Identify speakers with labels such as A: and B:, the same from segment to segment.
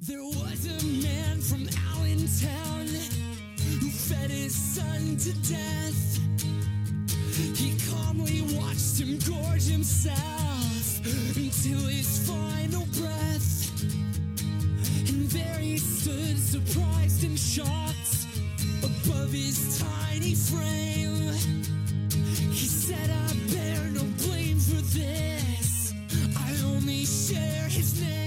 A: There was a man from Allentown who fed his son to death. He calmly watched him gorge himself until his final breath. And there he stood, surprised and shocked, above his tiny frame. He said, I bear no blame for this. I only share his name.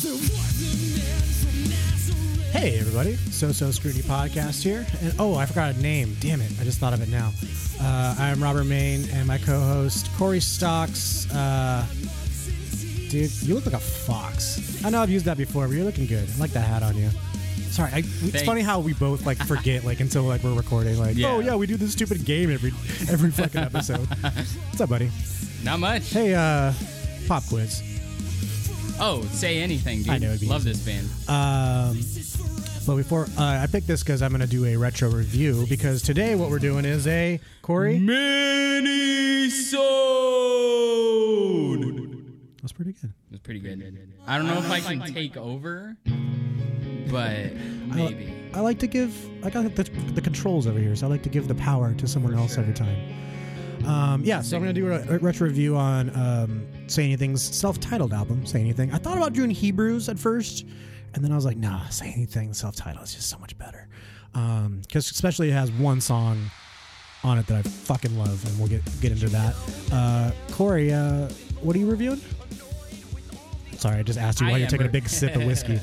A: There was a man from Nazareth.
B: Hey everybody, So So Scrutiny Podcast here. And oh, I forgot a name. Damn it, I just thought of it now. Uh, I'm Robert Main and my co-host Corey Stocks. Uh, dude, you look like a fox. I know I've used that before, but you're looking good. I like that hat on you. Sorry, I, it's
C: Thanks.
B: funny how we both like forget like until like we're recording. Like,
C: Yeah.
B: oh yeah, we do this stupid game every every fucking episode. What's up, buddy?
C: Not much.
B: Hey, uh, pop quiz.
C: Oh, say anything, dude.
B: I know, it'd be
C: Love
B: easy.
C: this band.
B: Um, but before uh, I picked this because I'm going to do a retro review because today what we're doing is a Corey.
C: Mini Soul.
B: That's pretty good.
C: It's pretty good. I don't know if I can take over, but maybe.
B: I like to give. I got the, the controls over here, so I like to give the power to someone else every time. Um, yeah, so I'm going to do a, a retro review on um, Say Anything's self-titled album. Say Anything. I thought about doing Hebrews at first, and then I was like, Nah, Say Anything self-titled is just so much better. Because especially it has one song on it that I fucking love, and we'll get get into that. Uh, Corey, uh, what are you reviewing? Sorry, I just asked you
C: I
B: while you're
C: am
B: taking a
C: re-
B: big sip of whiskey.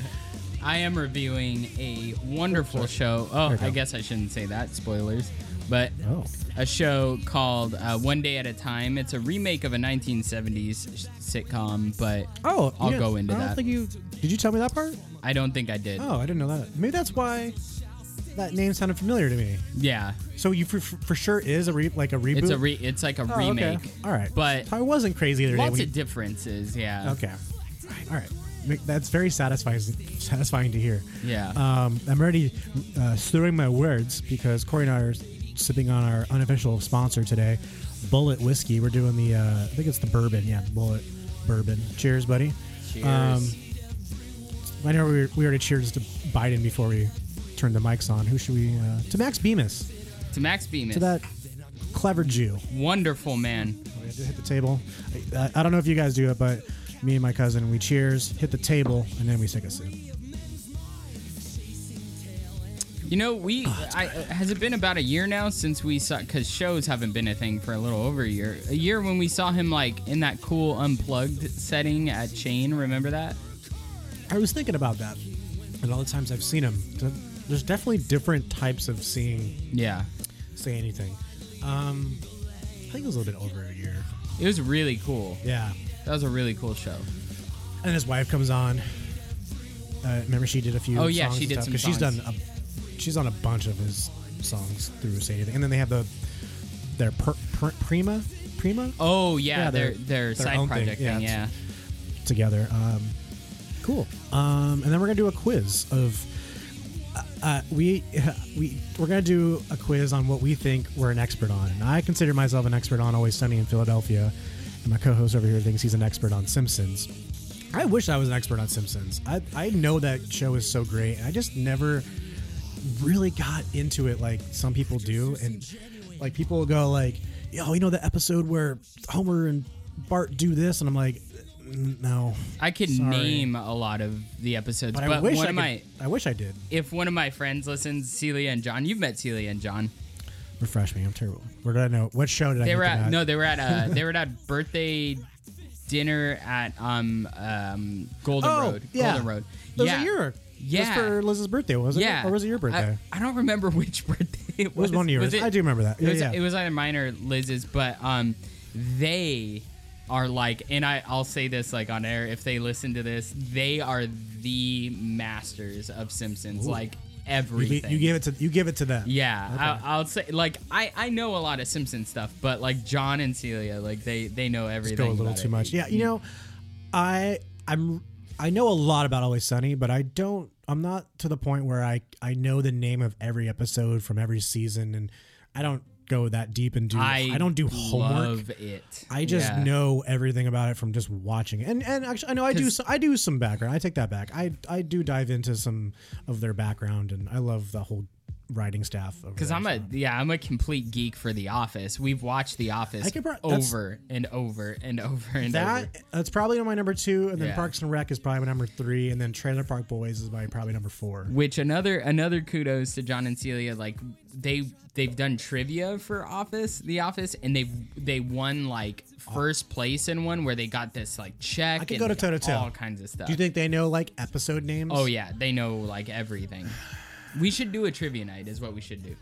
C: I am reviewing a wonderful show. Oh,
B: you go.
C: I guess I shouldn't say that. Spoilers. But
B: Oh.
C: a show called uh, One Day at a Time. It's a remake of a 1970s sitcom, but
B: Oh,
C: I'll
B: yeah,
C: go into
B: I don't
C: that.
B: think you did. You tell me that part?
C: I don't think I did.
B: Oh, I didn't know that. Maybe that's why that name sounded familiar to me.
C: Yeah,
B: So you for, for sure is a re, like a reboot.
C: It's a re- it's like a
B: Oh, okay.
C: remake.
B: All right,
C: But
B: I wasn't crazy the other day.
C: lots
B: when
C: of differences,
B: you-
C: yeah.
B: okay, all right, all right. Make- That's very satisfying. Satisfying to hear.
C: Yeah.
B: Um, I'm already uh, slurring my words because Corey and I are sipping on our unofficial sponsor today, Bullet Whiskey. We're doing the uh, I think it's the bourbon. Yeah, Bullet Bourbon. Cheers, buddy. Um,
C: Cheers.
B: I know we, we already cheers to Biden before we turned the mics on. Who should we? Uh, to Max Bemis,
C: to Max Bemis.
B: to that clever Jew.
C: wonderful man.
B: We had to Oh, hit the table. I, I don't know if you guys do it, but me and my cousin, we cheers, hit the table, and then we take a sip.
C: You know, we
B: Oh,
C: I, has it been about a year now since we saw because shows haven't been a thing for a little over a year. A year when we saw him like in that cool unplugged setting at Chain. Remember that?
B: I was thinking about that, and all the times I've seen him, th- there's definitely different types of seeing
C: Yeah,
B: say anything. Um, I think it was a little bit over a year.
C: it was really cool.
B: Yeah,
C: That was a really cool show.
B: and his wife comes on. Uh, remember, she did a few.
C: Oh, yeah,
B: songs
C: she
B: and
C: did
B: stuff,
C: some
B: 'cause She's
C: songs.
B: done. A, she's on a bunch of his songs through Say Anything, and then they have the their per, per, prima prima
C: Oh yeah,
B: Yeah,
C: their
B: their-
C: their,
B: their
C: side
B: own thing,
C: project
B: yeah,
C: thing.
B: it's-
C: Yeah,
B: together. Um, cool. Um, and then we're gonna do a quiz of. Uh, we we we're gonna do a quiz on what we think we're an expert on, and I consider myself an expert on Always Sunny in Philadelphia, and my co-host over here thinks he's an expert on Simpsons. I wish I was an expert on Simpsons. I I know that show is so great, and I just never really got into it like some people do and like people go like oh you know the episode where homer and bart do this and i'm like "N- no
C: I could
B: Sorry.
C: name a lot of the episodes,
B: but,
C: but,
B: i wish
C: one
B: i
C: of
B: could,
C: my
B: i wish i did
C: if one of my friends listens, Celia and John, you've met Celia and John.
B: refresh me i'm terrible where did i know what show did i
C: They
B: meet
C: were
B: them
C: at
B: at?
C: no, they were at uh they were at a birthday dinner at um um Golden
B: oh
C: Road.
B: yeah
C: Golden Road.
B: it was
C: yeah.
B: a year
C: Yeah.
B: it was for liz's birthday was it
C: Yeah.
B: or was it your birthday it
C: I, I don't remember which birthday it was.
B: was one year
C: Was it-
B: i do remember that
C: It
B: yeah,
C: was,
B: yeah.
C: it was either mine or Liz's, but um, they are like, and I, I'll say this like on air if they listen to this, they are the masters of Simpsons, like
B: you,
C: everything.
B: you gave it to you give it to them
C: yeah,
B: Okay.
C: I, I'll say like I, I know a lot of Simpsons stuff, but like John and Celia, like they they know everything.
B: go a little
C: about
B: too
C: it. Mm.
B: much. Yeah, you know, I I'm I know a lot about Always Sunny, but I don't. I'm not to the point where I I know the name of every episode from every season, and I don't go that deep and do. I, don't do homework.
C: Love it.
B: I just
C: Yeah.
B: know everything about it from just watching it. And and actually, I know I do.
C: 'Cause-
B: so- I do some background. I take that back. I I do dive into some of their background, and I love the whole writing staff.
C: Because I'm a yeah, I'm a complete geek for The Office. We've watched The Office
B: I could pro- that's-
C: over and over and over and over.
B: that that's probably my number two, and then
C: Yeah.
B: Parks and Rec is probably my number three, and then Trailer Park Boys is my probably number four.
C: Which another another kudos to John and Celia. Like they they've done trivia for Office, The Office, and they they won like first place in one where they got this like check.
B: I could
C: and
B: go to
C: like,
B: toe-to-toe.
C: All kinds of stuff.
B: Do you think they know like episode names?
C: oh yeah, they know like everything. We should do a trivia night. Is what we should do.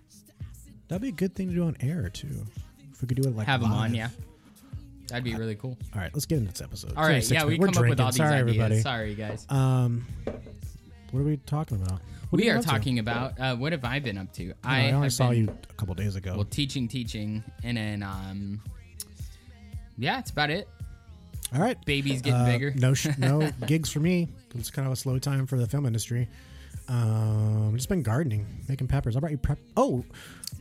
B: that'd be a good thing to do on air too. If we could do it like
C: Have them on.
B: live.
C: Yeah, that'd be really cool.
B: All right, let's get into this episode.
C: All right. Yeah, we
B: are
C: come up
B: drinking.
C: with all these
B: Sorry,
C: ideas.
B: everybody.
C: Sorry, guys.
B: Um, what are we talking about? What have
C: we
B: you
C: are
B: been up to?
C: talking about uh, what have I been up to? I,
B: I, only
C: have
B: saw
C: been,
B: you a couple days ago.
C: well teaching, teaching, and then um, yeah, it's about it.
B: All right,
C: Baby's getting
B: Uh,
C: bigger.
B: No, sh- no gigs for me. It's kind of a slow time for the film industry. Um, just been gardening, making peppers. I brought you prep. Oh,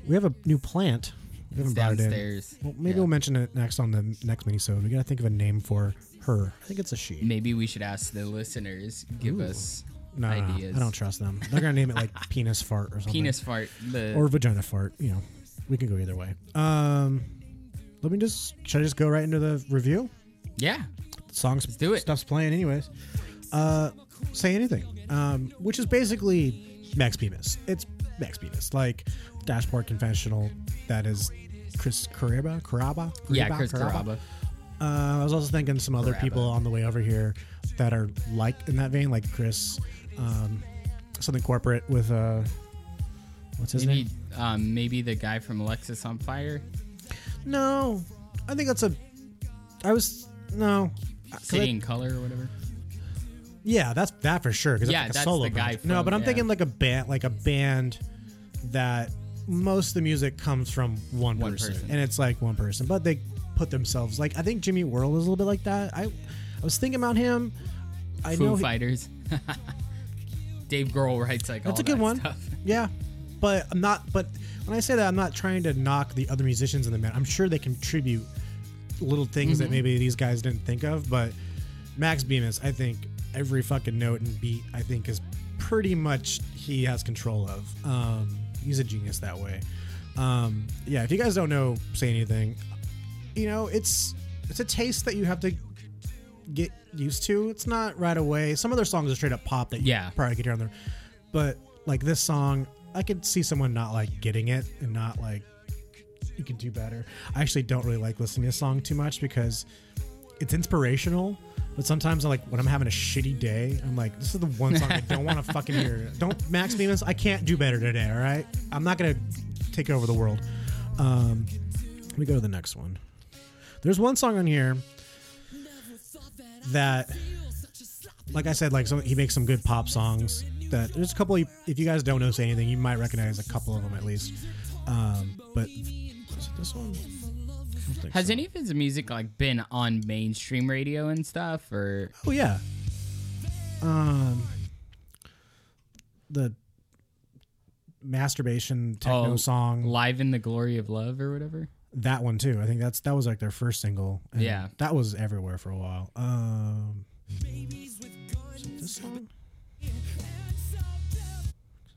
B: we have a new plant. We haven't brought
C: downstairs.
B: it in. Well, maybe
C: Yeah.
B: we'll mention it next on the next minisode. We gotta think of a name for her. I think it's a she.
C: Maybe we should ask the listeners give us
B: No, no, no,
C: ideas.
B: I don't trust them. They're gonna name it like penis fart or something.
C: Penis fart. The
B: or vagina fart. You know, we can go either way. Um, let me just. Should I just go right into the review?
C: yeah,
B: songs
C: do it.
B: stuff's playing anyways uh say anything um which is basically max bemis it's max bemis like dashboard confessional that is chris caraba caraba
C: yeah. Chris Caraba.
B: uh, i was also thinking some other
C: Caraba.
B: people on the way over here that are like in that vein like chris um something corporate with uh what's his
C: Maybe
B: name
C: um, maybe the guy from Alexis on Fire.
B: no i think that's a i was no 'Cause I-
C: City in Color or whatever.
B: Yeah, that's that for sure. Cause
C: Yeah,
B: it's like a
C: that's
B: solo
C: the guy
B: band. no,
C: from-
B: but I'm
C: yeah.
B: thinking like a band, like a band that most of the music comes from one,
C: One
B: person,
C: person.
B: and it's like one person, but they put themselves like I think Jimmy World is a little bit like that. I I was thinking about him. I know
C: Foo
B: he-
C: Fighters. Dave Grohl writes like
B: that's
C: all
B: a good
C: that
B: one.
C: stuff.
B: Yeah, but I'm not. But when I say that, I'm not trying to knock the other musicians in the band. I'm sure they contribute little things that maybe these guys didn't think of. But Max Bemis, I think every fucking note and beat, I think is pretty much he has control of. Um, he's a genius that way. Um, yeah, if you guys don't know, say anything. You know, it's it's a taste that you have to get used to. It's not right away. Some of their songs are straight up pop that you
C: Yeah.
B: probably could hear on there. But like this song, I could see someone not like getting it and not like you can do better. I actually don't really like listening to this song too much because it's inspirational. But sometimes, I'm like when I'm having a shitty day, I'm like, "This is the one song I don't want to fucking hear." Don't Max Bemis, I can't do better today. All right, I'm not gonna take over the world. Um, let me go to the next one. There's one song on here that, like I said, like some, he makes some good pop songs. That there's a couple. If you guys don't know say anything, you might recognize a couple of them at least. Um, but is it this one?
C: Has any of his music like been on mainstream radio and stuff, or
B: Oh yeah. Um, the masturbation techno
C: Oh,
B: song.
C: "Live in the Glory of Love" or whatever?
B: that one too. I think that's that was like their first single. and
C: Yeah.
B: that was everywhere for a while. Um, is it this song?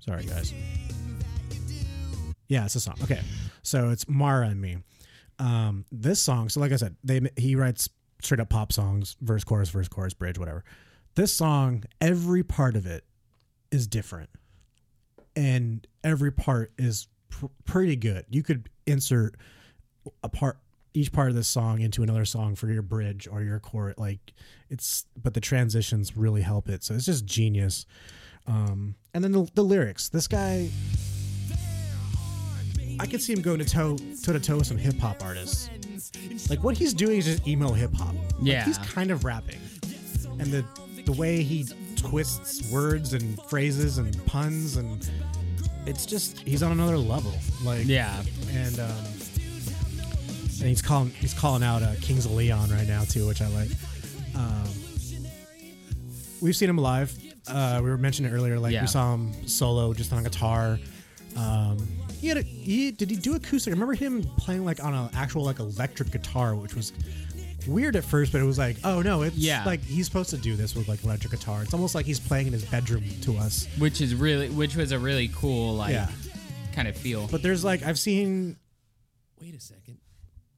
B: Sorry guys. Yeah, it's a song. Okay, so it's Mara and me. Um, this song. So like I said, they he writes straight up pop songs, verse, chorus, verse, chorus, bridge, whatever. This song, every part of it is different and every part is pr- pretty good. You could insert a part each part of this song into another song for your bridge or your chord like it's but the transitions really help it. So it's just genius. Um and then the, the lyrics. This guy I could see him going to toe toe to toe with some hip hop artists. Like what he's doing is just emo hip hop. Like,
C: Yeah.
B: he's kind of rapping. And the the way he twists words and phrases and puns and it's just he's on another level. Like
C: Yeah.
B: and um, and he's calling he's calling out uh, Kings of Leon right now too, which I like. Um, we've seen him live. Uh, we were mentioning earlier, like
C: Yeah.
B: we saw him solo just on guitar. Um, He had a he did he do acoustic? I remember him playing like on an actual like electric guitar, which was weird at first, but it was like, oh no, it's
C: Yeah.
B: like he's supposed to do this with like electric guitar. It's almost like he's playing in his bedroom to us.
C: which is really which was a really cool like
B: Yeah.
C: kind of feel.
B: But there's like I've seen
D: Wait a second.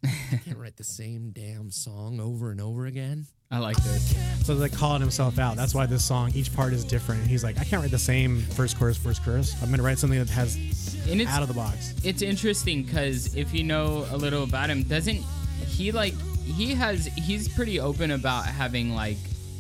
D: I can't write the same damn song over and over again.
C: I like this.
B: so like calling himself out. That's why this song each part is different. And he's like, I can't write the same first chorus, first chorus. I'm gonna write something that has
C: And it's
B: out of the box.
C: it's interesting because if you know a little about him, doesn't he like he has he's pretty open about having like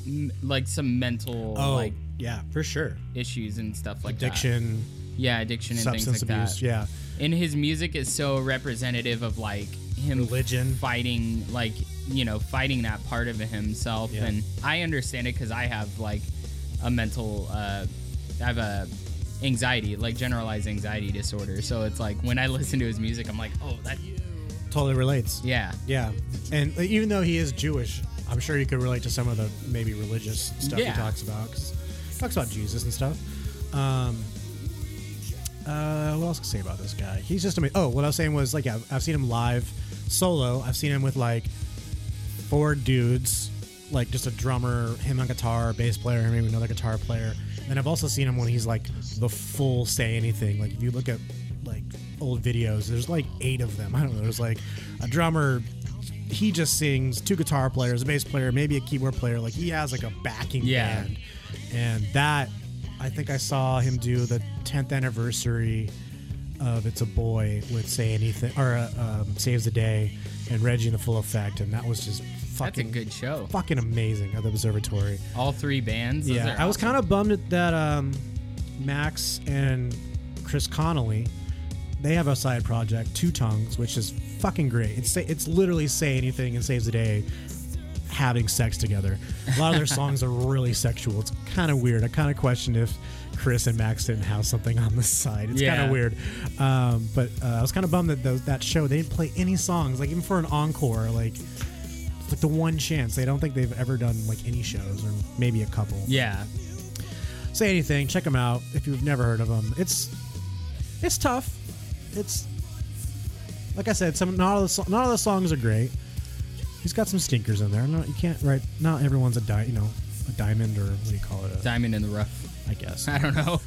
C: m- like some mental Oh, like
B: yeah, for sure.
C: issues and stuff like that.
B: Oh. Addiction,
C: Yeah, addiction and
B: substance
C: things like
B: abuse.
C: that.
B: Yeah,
C: And his music is so representative of like him
B: Religion.
C: fighting like you know fighting that part of himself
B: Yeah.
C: and I understand it because I have like a mental uh I have a anxiety like generalized anxiety disorder so it's like when I listen to his music I'm like oh that
B: totally relates.
C: yeah
B: Yeah, and like, even though he is Jewish, I'm sure you could relate to some of the maybe religious stuff
C: Yeah.
B: he talks about. 'cause he talks about Jesus and stuff. Um, uh, what else can I say about this guy? He's just amazing. Oh, what I was saying was like, yeah, I've seen him live solo. I've seen him with like four dudes, like just a drummer, him on guitar, bass player, and maybe another guitar player. And I've also seen him when he's like the full say anything. Like if you look at like old videos, there's like eight of them. I don't know. There's like a drummer. He just sings two guitar players, a bass player, maybe a keyboard player. Like he has like a backing
C: Yeah.
B: band, and that I think I saw him do the 10th anniversary of "It's a Boy" with "Say Anything" or uh, um, "Saves the Day" and Reggie in the Full Effect, and that was just
C: that's a
B: fucking
C: good show
B: fucking amazing at the observatory.
C: all three bands those
B: yeah,
C: are
B: I was
C: awesome.
B: kind of bummed at that um, Max and Chris Connolly. They have a side project, Two Tongues, which is fucking great. It's say, it's literally say anything and saves the day, having sex together. A lot of their songs are really sexual. It's kind of weird. I kind of question if Chris and Max didn't have something on the side. It's kind
C: Yeah.
B: of weird. Um, but uh, I was kind of bummed that those, that show they didn't play any songs, like even for an encore, like it's like the one chance. I don't think they've ever done like any shows or maybe a couple.
C: yeah
B: Say anything. Check them out if you've never heard of them. It's it's tough. It's like I said, some not all the so- not all the songs are great. He's got some stinkers in there. No, you can't write. Not everyone's a di- you know a diamond or what do you call it? A-
C: Diamond in the Rough
B: I guess
C: I don't know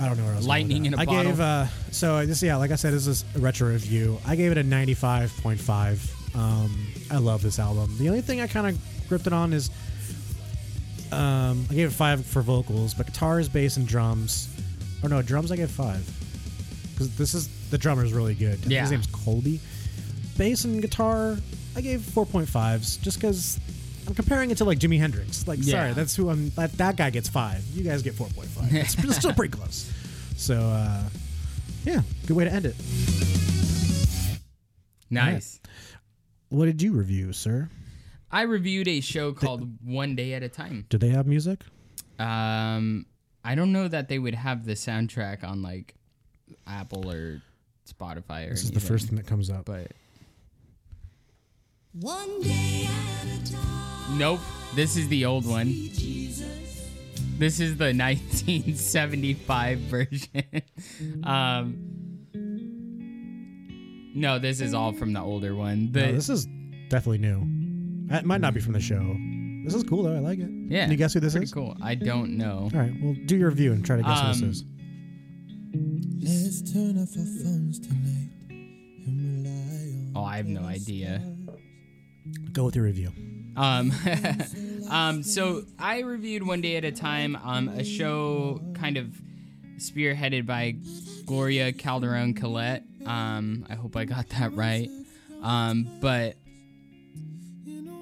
B: I don't know where I was. going with
C: Lightning
B: that.
C: in a
B: I
C: bottle.
B: gave uh, so this yeah, like I said, this is a retro review. I gave it a ninety-five point five. Um, I love this album. The only thing I kind of gripped it on is, um, I gave it five for vocals, but guitars, bass, and drums. Or no, drums I gave five because this is the drummer's really good. I think
C: Yeah.
B: his name's Colby. Bass and guitar, I gave four point fives just because. I'm comparing it to like Jimi Hendrix. Like,
C: Yeah.
B: sorry, that's who I'm. That, that guy gets five. You guys get four point five. It's it's still pretty close. So, uh, yeah, good way to end it.
C: nice
B: What did you review, sir?
C: I reviewed a show called One Day at a Time
B: Do they have music?
C: Um, I don't know that they would have the soundtrack on like Apple or Spotify or.
B: This is the first thing that comes up.
C: but
A: One day at a time.
C: nope. This is the old one.
A: Jesus.
C: This is the 1975 version. um, no, this is all from the older one. The,
B: No, this is definitely new. That might not be from the show. This is cool though. I like it.
C: yeah,
B: Can you guess who this
C: pretty
B: is?
C: cool. I don't know.
B: All right, well, do your review and try to guess who
C: Um,
B: this is.
D: Let's turn off our phones tonight and rely on.
C: Oh, I have no idea.
B: Go with your review.
C: Um, um, so I reviewed One Day at a Time, um, a show kind of spearheaded by Gloria Calderon Collette. Um, I hope I got that right. Um, but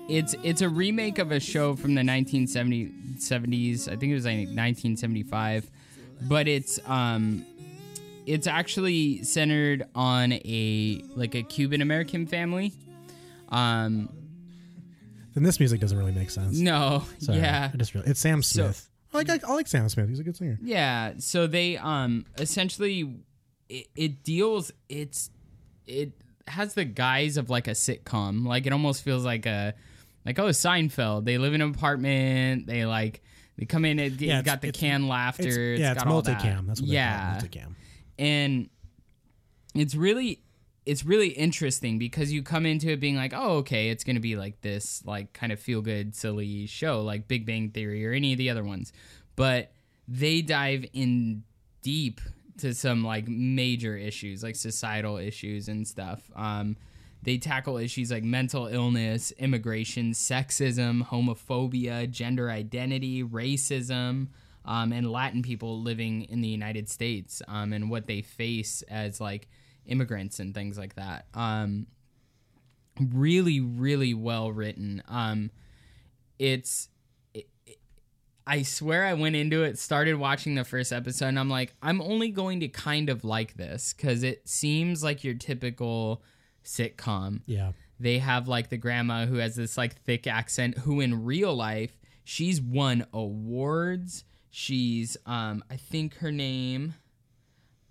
C: it's it's a remake of a show from the 1970s. I think it was like 1975, but it's um, it's actually centered on a like a Cuban American family. Um,
B: Then this music doesn't really make sense.
C: no,
B: Sorry.
C: yeah,
B: I just really, it's Sam
C: So-
B: Smith. I like I, like Sam Smith. He's a good singer.
C: Yeah, so they um essentially it, it deals it's it has the guise of like a sitcom. Like it almost feels like a like oh Seinfeld. They live in an apartment. They like they come in. It,
B: Yeah,
C: it's got
B: it's-
C: the
B: it's-
C: canned laughter.
B: It's, yeah, it's
C: got all
B: multicam.
C: That.
B: That's what
C: yeah,
B: they call it, multicam.
C: and it's really it's really interesting because you come into it being like, oh, okay, it's gonna be like this, like kind of feel good, silly show, like Big Bang Theory or any of the other ones, but they dive in deep to some like major issues, like societal issues and stuff. Um, they tackle issues like mental illness, immigration, sexism, homophobia, gender identity, racism, um, and Latin people living in the United States um, and what they face as like immigrants and things like that. Um, really, really well written. Um, it's I swear I went into it, started watching the first episode, and I'm like, I'm only going to kind of like this because it seems like your typical sitcom.
B: Yeah.
C: They have like the grandma who has this like thick accent, who in real life, she's won awards. She's, um, I think her name,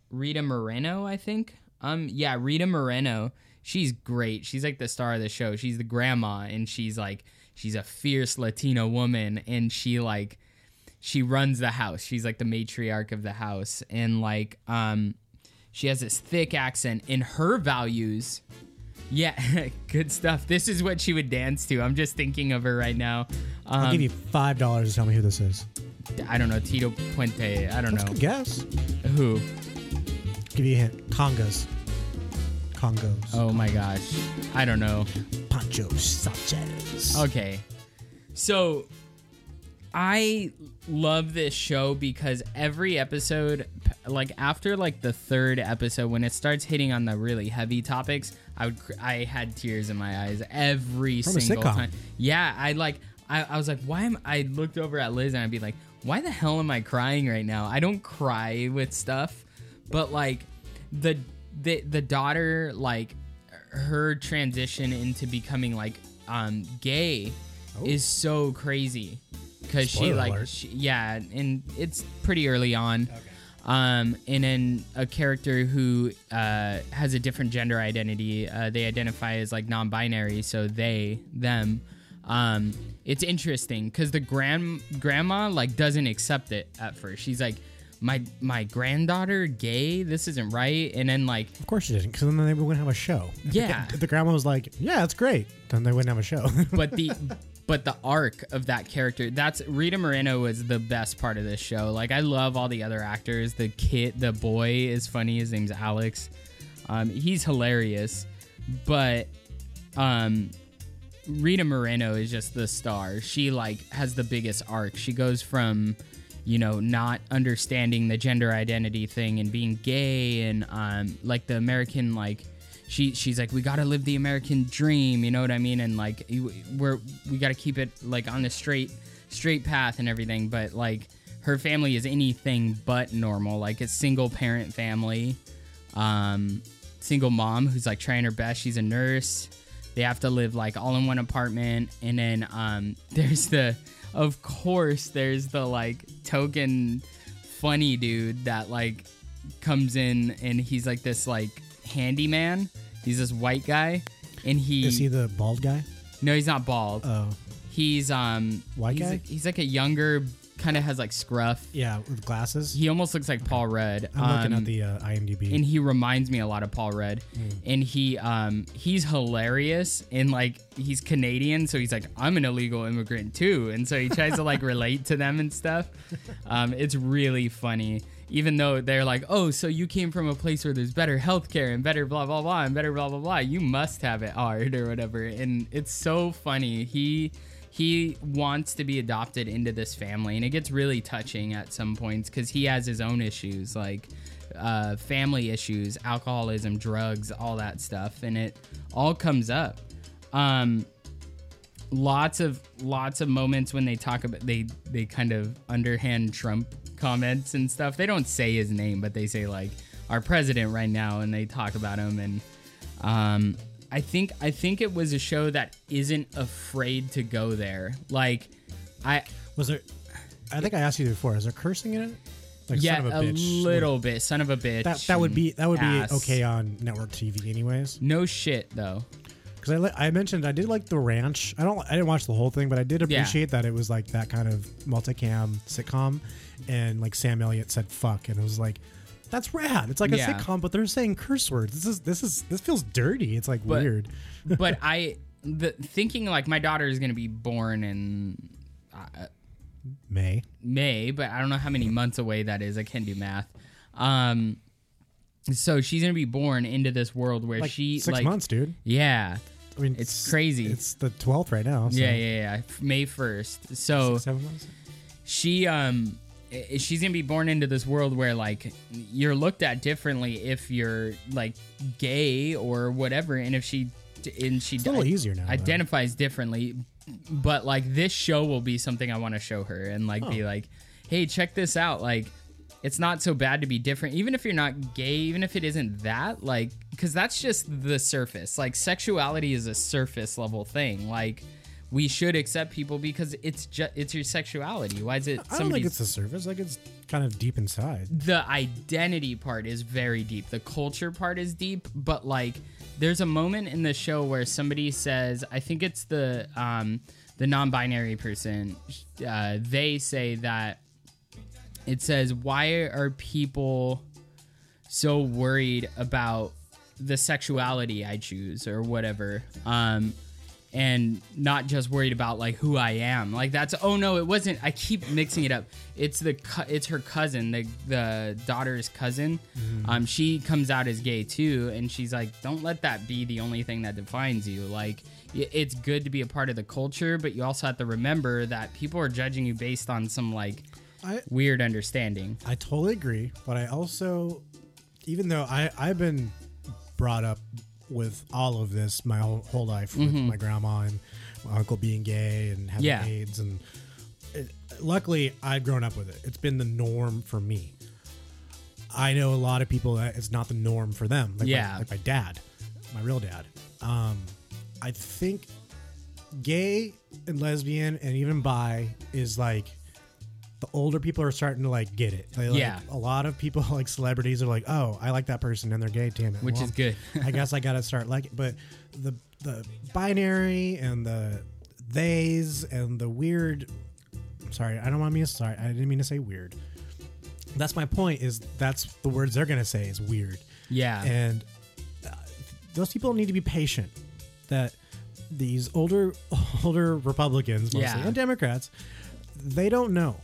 C: Rita Moreno, I think. Um, yeah, Rita Moreno. She's great. She's like the star of the show. She's the grandma, and she's like, she's a fierce Latina woman, and she like, she runs the house. She's like the matriarch of the house, and like, um, she has this thick accent. In her values, yeah, good stuff. This is what she would dance to. I'm just thinking of her right now.
B: I'll
C: Um,
B: give you five dollars to tell me who this is.
C: I don't know Tito Puente. I don't
B: That's a
C: know
B: good guess.
C: who.
B: Give you a hint. Congas. Congos.
C: Oh my gosh, I don't know.
B: Pancho Sanchez.
C: Okay. So I love this show because every episode p- like after like the third episode when it starts hitting on the really heavy topics, I would cr- I had tears in my eyes every
B: From a
C: single
B: sitcom.
C: time. Yeah, I like I, I was like why am I looked over at Liz and I'd be like why the hell am I crying right now? I don't cry with stuff, but like the the the daughter like her transition into becoming like um gay is so crazy because she
B: Oh. Spoiler
C: like
B: alert.
C: she, yeah and it's pretty early on um and then a character who uh has a different gender identity uh, they identify as like non-binary so they them um it's interesting because the grand grandma like doesn't accept it at first she's like my my granddaughter gay this isn't right and then like
B: Of course you didn't, because then they wouldn't have a show. If the-
C: Yeah.
B: If the grandma was like, "Yeah, that's great," then they wouldn't have a show.
C: but the but the arc of that character that's rita moreno was the best part of this show like i love all the other actors the kid the boy is funny his name's alex um, he's hilarious but um Rita Moreno is just the star. She like has the biggest arc. She goes from, you know, not understanding the gender identity thing and being gay and um like the American like she she's like we got to live the American dream, you know what I mean? And like you- we're we got to keep it like on the straight straight path and everything, but like her family is anything but normal. Like a single parent family um, single mom who's like trying her best. She's a nurse. They have to live like all in one apartment. And then um, there's the, of course, there's the like token funny dude that like comes in and he's like this like handyman. He's this white guy. And he,
B: Is he the bald guy?
C: no, he's not bald.
B: Oh,
C: he's um,
B: White
C: he's
B: guy?
C: Like, he's like a younger, kind of has like scruff.
B: yeah, with glasses.
C: He almost looks like Paul Rudd.
B: I'm looking
C: Um,
B: at the uh, IMDb.
C: and he reminds me a lot of Paul Rudd. And he um he's hilarious and like he's Canadian, so he's like I'm an illegal immigrant too, and so he tries to like relate to them and stuff. Um, it's really funny, even though they're like, oh, so you came from a place where there's better healthcare and better blah blah blah and better blah blah blah. You must have it hard or whatever, and it's so funny. He. He wants to be adopted into this family, and it gets really touching at some points because he has his own issues. Like, uh, family issues, alcoholism, drugs, all that stuff, and it all comes up. Um, lots of lots of moments when they talk about they they kind of underhand Trump comments and stuff. They don't say his name, but they say like our president right now, and they talk about him. And um, I think I think it was a show that isn't afraid to go there. Like I
B: was there? I think I asked you before. Is there cursing in it? Like
C: yeah
B: son of a,
C: a,
B: bitch.
C: little bit son of a bitch
B: That, that would be that would
C: ass.
B: be okay on network TV anyways.
C: No shit though.
B: Because I, li- I mentioned I did like the ranch. I don't I didn't watch the whole thing, but I did appreciate that it was like that kind of multicam sitcom, and like Sam Elliott said fuck, and it was like, that's rad. It's like
C: Yeah.
B: a sitcom, but they're saying curse words. This is this is this feels dirty. It's like
C: But-
B: weird.
C: but I the thinking like my daughter is gonna be born in
B: May.
C: May, but I don't know how many months away that is. I can't do math. Um, so she's gonna be born into this world where
B: Like
C: she
B: six
C: like
B: months, dude.
C: yeah,
B: I mean,
C: It's crazy.
B: It's the twelfth right now. So
C: yeah, yeah, yeah. May first. So
B: Seven months.
C: she um i- she's gonna be born into this world where like you're looked at differently if you're like gay or whatever and if she and she
B: a little easier now, though.
C: identifies differently but like this show will be something i want to show her and like be like hey check this out like it's not so bad to be different even if you're not gay even if it isn't that like because that's just the surface like sexuality is a surface level thing like we should accept people because it's just it's your sexuality why is it
B: I don't think it's
C: somebody's
B: the surface. Like it's kind of deep inside.
C: the identity part is very deep the culture part is deep but like there's a moment in the show where somebody says i think it's the um the non-binary person uh, they say that it says why are people so worried about the sexuality i choose or whatever um and not just worried about like who i am like that's oh no it wasn't i keep mixing it up it's the cu- it's her cousin the the daughter's cousin
B: Mm-hmm.
C: um she comes out as gay too and she's like don't let that be the only thing that defines you like y- it's good to be a part of the culture but you also have to remember that people are judging you based on some like
B: I-
C: weird understanding
B: I totally agree, but I also, even though I I've been brought up with all of this my whole, whole life with my grandma and my uncle being gay and having
C: Mm-hmm. Yeah.
B: AIDS and it, luckily I've grown up with it. It's been the norm for me. I know a lot of people that it's not the norm for them. Like my-
C: Yeah.
B: like my dad, my real dad. Um, I think gay and lesbian and even bi is like the older people are starting to like get it. They, like,
C: Yeah.
B: a lot of people like celebrities are like, oh, I like that person and they're gay. Damn it,
C: Which is good.
B: I guess I gotta start like it. But the the binary and the theys and the weird. Sorry, I don't want me to. Sorry, I didn't mean to say weird. That's my point. Is that's the words they're gonna say is weird.
C: yeah
B: And uh, those people need to be patient. That these older older Republicans, mostly,
C: Yeah.
B: and Democrats, they don't know,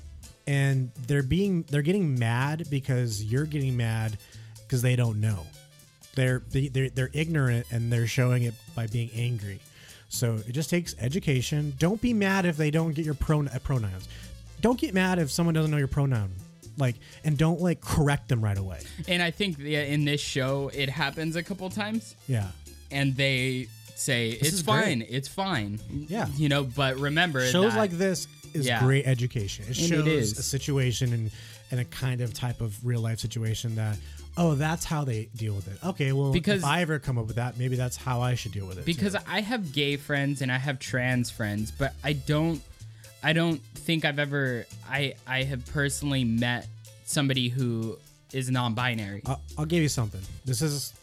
B: and they're being they're getting mad because you're getting mad because they don't know. They're they- they're they're ignorant and they're showing it by being angry. So it just takes education. Don't be mad if they don't get your pron- uh, pronouns. Don't get mad if someone doesn't know your pronoun. Like and don't like correct them right away.
C: And I think the, in this show, it happens a couple times,
B: Yeah.
C: and they say it's
B: is
C: fine, it's fine.
B: Yeah.
C: you know. But remember,
B: shows
C: that-
B: like this is
C: Yeah.
B: great education. It
C: it
B: shows
C: is.
B: a situation and and a kind of type of real life situation that oh that's how they deal with it. Okay, well
C: Because-
B: if I ever come up with that, maybe that's how I should deal with it.
C: because
B: too.
C: I have gay friends and I have trans friends, but I don't I don't think I've ever I I have personally met somebody who is non-binary.
B: I'll, I'll give you something. This is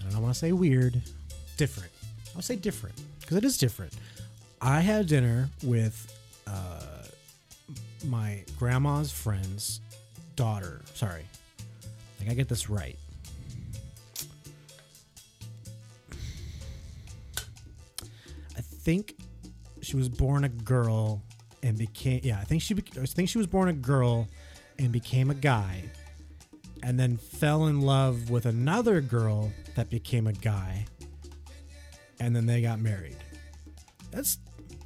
B: I don't want to say weird, different. I'll say different because it is different. I had dinner with uh, my grandma's friend's daughter. Sorry, I think I get this right. I think she was born a girl and became yeah. I think she bec- I think she was born a girl and became a guy, and then fell in love with another girl that became a guy, and then they got married. That's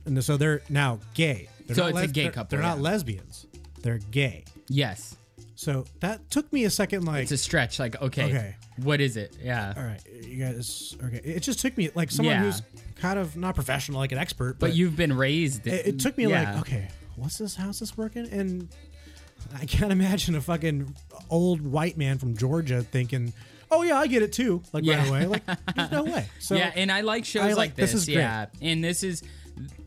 B: and so they're now gay. They're
C: So
B: not
C: it's a gay
B: they're-
C: couple,
B: They're not
C: yeah.
B: lesbians. They're gay.
C: yes,
B: So that took me a second. Like
C: it's a stretch. Like okay,
B: Okay.
C: what is it? Yeah,
B: all right, you guys. Okay, it just took me like someone
C: Yeah.
B: who's kind of not professional, like an expert,
C: but
B: but
C: you've been raised.
B: It, it took me
C: yeah.
B: like, okay, what's this? How's this working? And I can't imagine a fucking old white man from Georgia thinking, "Oh yeah, I get it too." Like
C: Yeah.
B: right away, like there's no way. So
C: yeah, and I like shows
B: I
C: like,
B: like-
C: this.
B: this is great.
C: yeah, and this is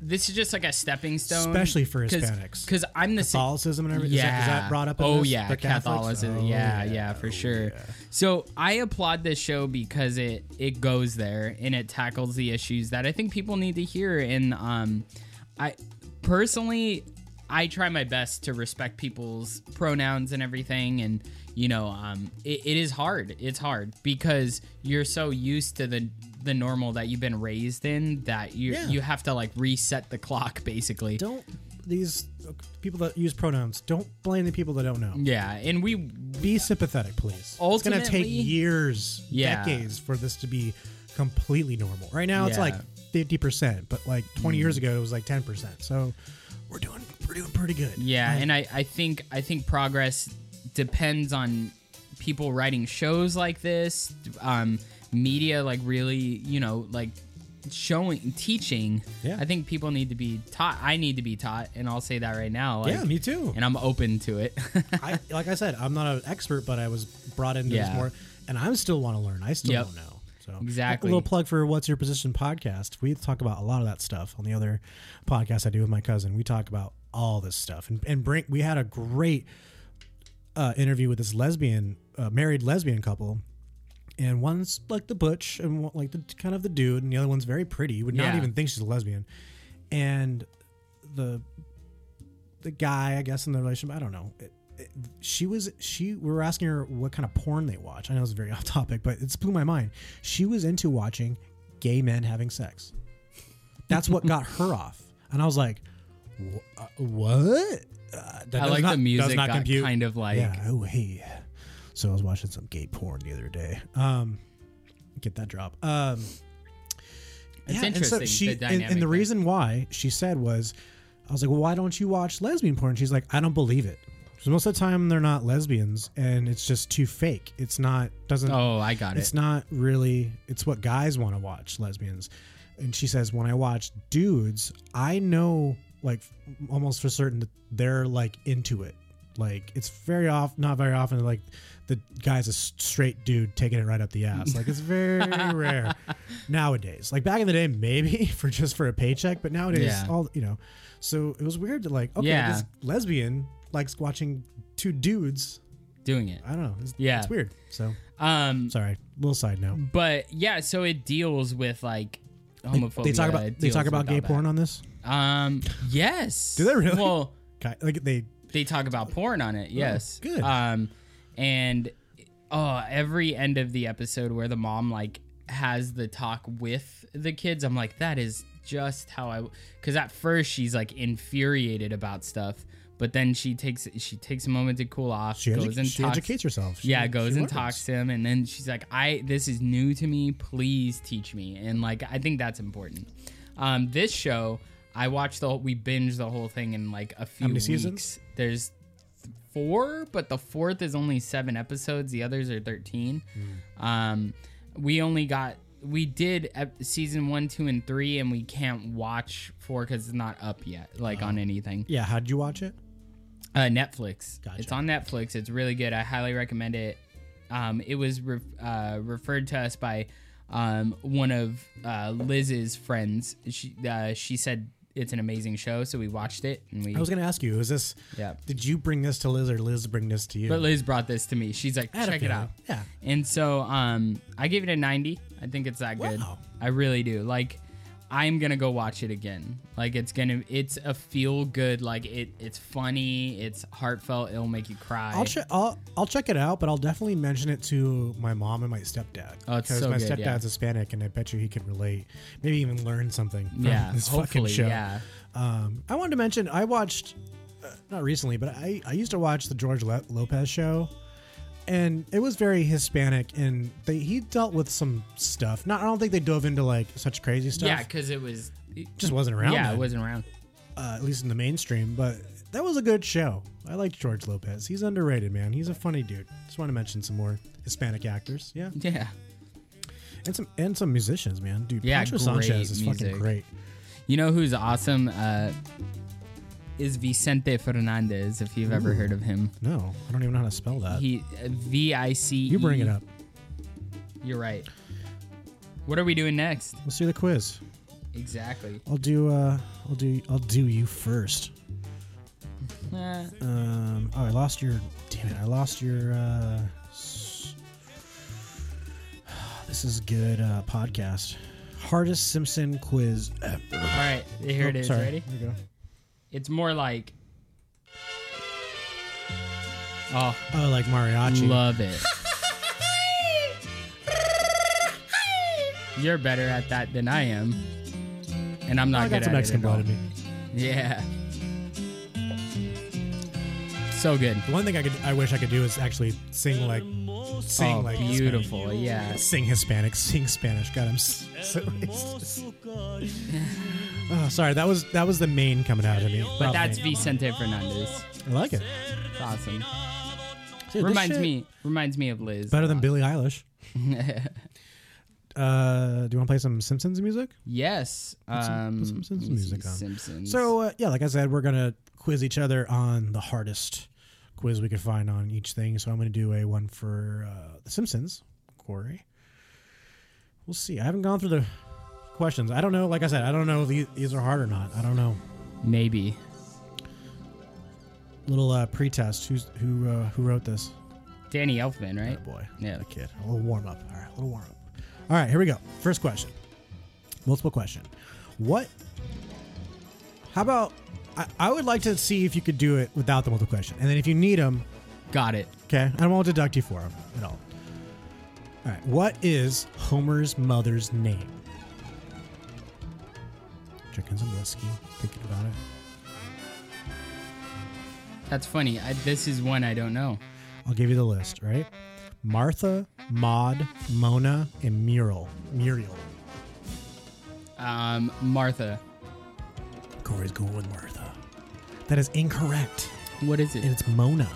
C: this is just like a stepping stone,
B: Especially for Hispanics.
C: because I'm the same.
B: Catholicism and everything.
C: Yeah,
B: Is, that, is that brought up? In
C: oh
B: this?
C: yeah,
B: The Catholics?
C: Catholicism.
B: Oh,
C: yeah, yeah, for
B: Oh,
C: sure.
B: yeah.
C: So I applaud this show because it it goes there and it tackles the issues that I think people need to hear. And um, I personally, I try my best to respect people's pronouns and everything, and you know, um, it, it is hard. It's hard because you're so used to the the normal that you've been raised in that you
B: Yeah.
C: you have to like reset the clock basically.
B: Don't these people that use pronouns don't blame the people that don't know.
C: yeah, and we
B: Be sympathetic, please. it's going to take
C: Ultimately-
B: years,
C: Yeah.
B: decades for this to be completely normal. Right now, it's
C: Yeah. Mm.
B: like fifty percent, but like twenty years ago, it was like ten percent. So we're doing we're doing pretty good.
C: Yeah, and I, I think I think progress depends on people writing shows like this, um, media like really, you know, like showing teaching.
B: Yeah.
C: I think people need to be taught. I need to be taught, and I'll say that right now. Like,
B: yeah, me too.
C: And I'm open to it.
B: I, like I said, I'm not an expert, but I was brought into
C: Yeah.
B: this more, and I still want to learn. I still
C: Yep.
B: don't know. So
C: Exactly.
B: A little plug for what's your position podcast. We talk about a lot of that stuff on the other podcast I do with my cousin. We talk about all this stuff, and and bring. We had a great uh, interview with this lesbian, uh, married lesbian couple. And one's like the butch and one, like the kind of the dude, and the other one's very pretty. You would not
C: Yeah.
B: even think she's a lesbian. And the the guy, I guess, in the relationship. I don't know. It, it, she was she. We were asking her what kind of porn they watch. I know it's very off topic, but it's blew my mind. She was into watching gay men having sex. That's what got her off, and I was like, "Wh- uh, "What?" Uh, that
C: I
B: does
C: like
B: not-
C: the
B: does
C: music
B: not
C: got
B: compute.
C: kind of like
B: yeah. Oh hey. So I was watching some gay porn the other day. Um, get that drop. Um,
C: it's
B: and so
C: interesting.
B: she-
C: the
B: and-
C: dynamic
B: and, the
C: there.
B: reason why she said was, I was like, well, why don't you watch lesbian porn? She's like, I don't believe it. So most of the time they're not lesbians, and it's just too fake. It's not doesn't.
C: Oh, I got it.
B: It's not really. It's what guys want to watch, lesbians. And she says, when I watch dudes, I know like almost for certain that they're like into it. Like it's very off, not very often. Like the guy's a s- straight dude taking it right up the ass. Like it's very rare nowadays. Like back in the day, maybe for just for a paycheck, but nowadays,
C: Yeah.
B: all you know. So it was weird to like, okay,
C: Yeah.
B: this lesbian likes watching two dudes.
C: Doing it.
B: I don't know. It's,
C: Yeah.
B: it's weird. So
C: Um,
B: sorry, little side note.
C: but yeah, so it deals with like homophobia.
B: They talk
C: it
B: about they
C: deals
B: talk about
C: with
B: gay
C: all that.
B: porn on this.
C: Um, yes. Do
B: they really?
C: Well.
B: Ki- Like they
C: they talk about porn on it. Yes,
B: Oh, good.
C: Um, and oh, every end of the episode where the mom like has the talk with the kids, I'm like, that is just how I. Because at first she's like infuriated about stuff, but then she takes she takes a moment to cool off.
B: she,
C: goes
B: edu-
C: and
B: she
C: talks.
B: educates herself. She-
C: yeah, goes
B: she
C: and
B: learns.
C: talks to him, and then she's like, "I this is new to me. Please teach me." And like, I think that's important. Um, this show, I watched the whole, we binged the whole thing in like a few
B: many
C: weeks.
B: seasons?
C: There's four, but the fourth is only seven episodes. The others are thirteen.
B: Hmm.
C: Um, we only got we did ep- season one, two, and three, and we can't watch four because it's not up yet, like
B: Oh.
C: on anything.
B: Yeah, how'd you watch it?
C: Uh, Netflix.
B: Gotcha.
C: It's on Netflix. It's really good. I highly recommend it. Um, it was re- uh, referred to us by um, one of uh, Liz's friends. She uh, she said it's an amazing show, so we watched it and we.
B: I was gonna ask you, is this?
C: Yeah.
B: Did you bring this to Liz or Liz bring this to you?
C: but Liz brought this to me. She's like,
B: I had a
C: check it
B: feeling.
C: out.
B: Yeah.
C: And so um, I gave it a 90. I think it's that good.
B: Wow.
C: I really do. Like, I'm gonna go watch it again. Like, it's gonna. It's a feel good. Like it. It's funny. It's heartfelt. It'll make you cry.
B: I'll check. I'll, I'll check it out, but I'll definitely mention it to my mom and my stepdad.
C: Oh, it's
B: because
C: so
B: my
C: good,
B: stepdad's
C: yeah.
B: Hispanic, and I bet you he could relate. Maybe even learn something. From
C: yeah.
B: This fucking
C: hopefully.
B: show.
C: Yeah.
B: Um, I wanted to mention I watched, uh, not recently, but I, I used to watch the George Le- Lopez show, and it was very Hispanic, and they he dealt with some stuff. Not I don't think they dove into like such crazy stuff.
C: Yeah, because it was. it-
B: just wasn't around.
C: yeah,
B: then,
C: it wasn't around.
B: uh, at least in the mainstream. But that was a good show. I liked George Lopez. He's underrated, man. He's a funny dude. Just want to mention some more Hispanic actors. Yeah,
C: Yeah.
B: and some and some musicians, man. Dude,
C: Yeah,
B: Pancho
C: great
B: Sanchez is
C: music.
B: fucking great.
C: You know who's awesome? Uh, is Vicente Fernandez, if you've ever heard of him.
B: No, I don't even know how to spell that.
C: He V I C. E.
B: you bring it up.
C: You're right. What are we doing next?
B: Let's do the quiz.
C: Exactly.
B: I'll do. Uh, I'll do. I'll do you first.
C: Uh,
B: Um, oh, I lost your. Damn it! I lost your. Uh, s- this is good uh, podcast. Hardest Simpson quiz.
C: all right, here it
B: Oh,
C: is.
B: Sorry.
C: Ready?
B: There you go.
C: It's more like Oh,
B: Oh, like mariachi.
C: love it. You're better at that than I am, and I'm not
B: I
C: good
B: got some
C: at
B: Mexican
C: it at all.
B: blood in me.
C: Yeah. So good.
B: The one thing I could, I wish I could do is actually sing like, sing
C: Oh,
B: like
C: beautiful. Yeah.
B: Hispanic. sing Hispanic, sing Spanish. God, I'm s- so racist. oh, sorry, that was that was the main coming out of me.
C: But
B: Rob
C: that's
B: main.
C: Vicente Fernandez.
B: I like it.
C: It's awesome.
B: Dude, this
C: Reminds
B: shit-
C: me reminds me of Liz.
B: better than
C: Bill.
B: Billie Eilish. uh, do you want to play some Simpsons music?
C: Yes. Um,
B: put some Simpsons
C: let me see,
B: music on.
C: Simpsons.
B: So uh, yeah, like I said, we're gonna quiz each other on the hardest quiz we could find on each thing. So I'm gonna do a one for uh, The Simpsons, Corey. We'll see. I haven't gone through the questions. I don't know. Like I said, I don't know if the- these are hard or not. I don't know.
C: maybe
B: Little uh, pre-test. Who's who? Uh, who wrote this?
C: Danny Elfman, right?
B: boy.
C: Yeah.
B: kid. A little warm up. All right, a little warm up. All right, here we go. First question. Multiple question. What? How about? I, I would like to see if you could do it without the multiple question, and then if you need them,
C: Got it.
B: okay, I won't deduct you for them at all. All right. What is Homer's mother's name? Drinking some whiskey, thinking about it.
C: That's funny. I, this is one I don't know.
B: I'll give you the list. Right? Martha, Maud, Mona, and Muriel. Muriel.
C: Um, Martha.
B: Corey's going with Martha. That is incorrect.
C: What is
B: And
C: it?
B: it's Mona.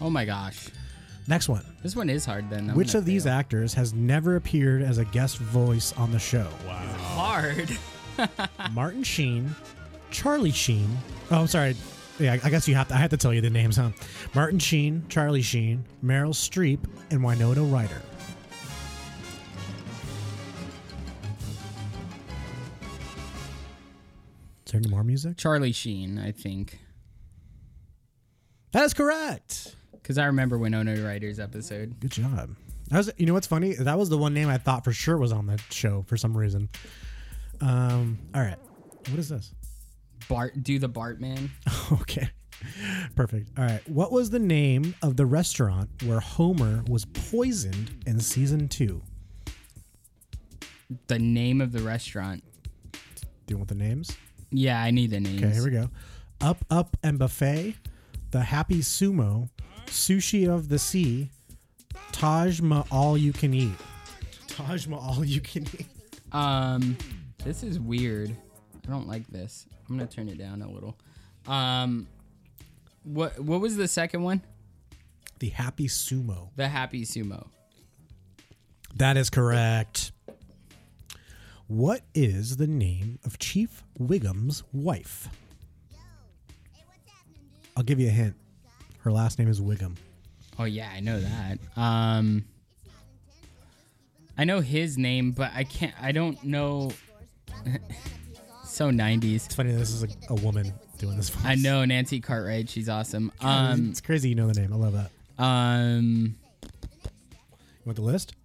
C: Oh my gosh.
B: Next one.
C: This one is hard then. I'm
B: Which
C: gonna
B: of these
C: fail.
B: actors has never appeared as a guest voice on the show?
C: hard?
B: Martin Sheen, Charlie Sheen. Oh, I'm sorry. Yeah, I- I guess you have to. I have to tell you the names, huh? Martin Sheen, Charlie Sheen, Meryl Streep, and Winona Ryder. Is there any more music?
C: Charlie Sheen, I think.
B: That is correct.
C: Because I remember Winona Ryder's episode.
B: Good job. That was, you know what's funny? That was the one name I thought for sure was on that show for some reason. Um, all right. What is this?
C: Bart, do the Bartman.
B: Okay. Perfect. All right. What was the name of the restaurant where Homer was poisoned in season two?
C: The name of the restaurant.
B: Do you want the names?
C: Yeah, I need the names.
B: Okay, here we go. Up, Up, and Buffet, The Happy Sumo, Sushi of the Sea, Taj Ma All You Can Eat. Taj Ma All You Can Eat.
C: Um, this is weird. I don't like this. I'm gonna turn it down a little. Um, what what was the second one?
B: The Happy Sumo.
C: The Happy Sumo.
B: That is correct. What is the name of Chief Wiggum's wife? I'll give you a hint. Her last name is Wiggum.
C: Oh yeah, I know that. Um, I know his name, but I can't. I don't know. so 90s.
B: Funny, this is a, a woman doing this. For
C: I
B: us.
C: know Nancy Cartwright. She's awesome. Um,
B: it's crazy. You know the name. I love that.
C: um,
B: You want the list?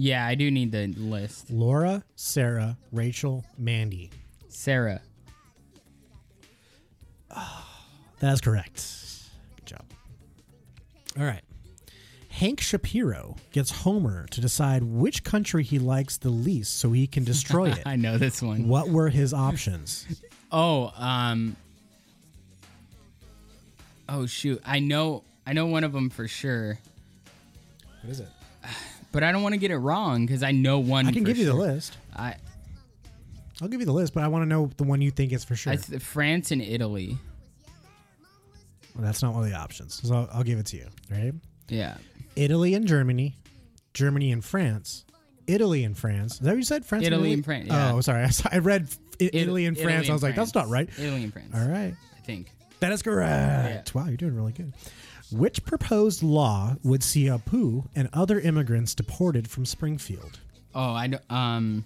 C: yeah, I do need the list.
B: Laura, Sarah, Rachel, Mandy.
C: Sarah.
B: That is correct. Good job. All right. Hank Shapiro gets Homer to decide which country he likes the least so he can destroy it.
C: I know this one.
B: What were his options?
C: Oh, um. Oh shoot! I know, I know one of them for sure,
B: What is it?
C: but I don't want to get it wrong because I know one.
B: I can
C: for
B: give you the
C: sure.
B: list.
C: I,
B: I'll give you the list, but I want to know the one you think is for sure.
C: I th- France and Italy.
B: Well, that's not one of the options, so I'll, I'll give it to you. Right?
C: Yeah,
B: Italy and Germany, Germany and France, Italy and France. Is that what you said? France,
C: Italy
B: and
C: and
B: Italy?
C: Fran- yeah.
B: Oh, sorry, I, saw- I read I- Italy and France. I was like, that's not right.
C: Italy and France.
B: All right,
C: I think.
B: that is correct. Wow, you're doing really good. Which proposed law would see Apu and other immigrants deported from Springfield?
C: Oh, I don't- um.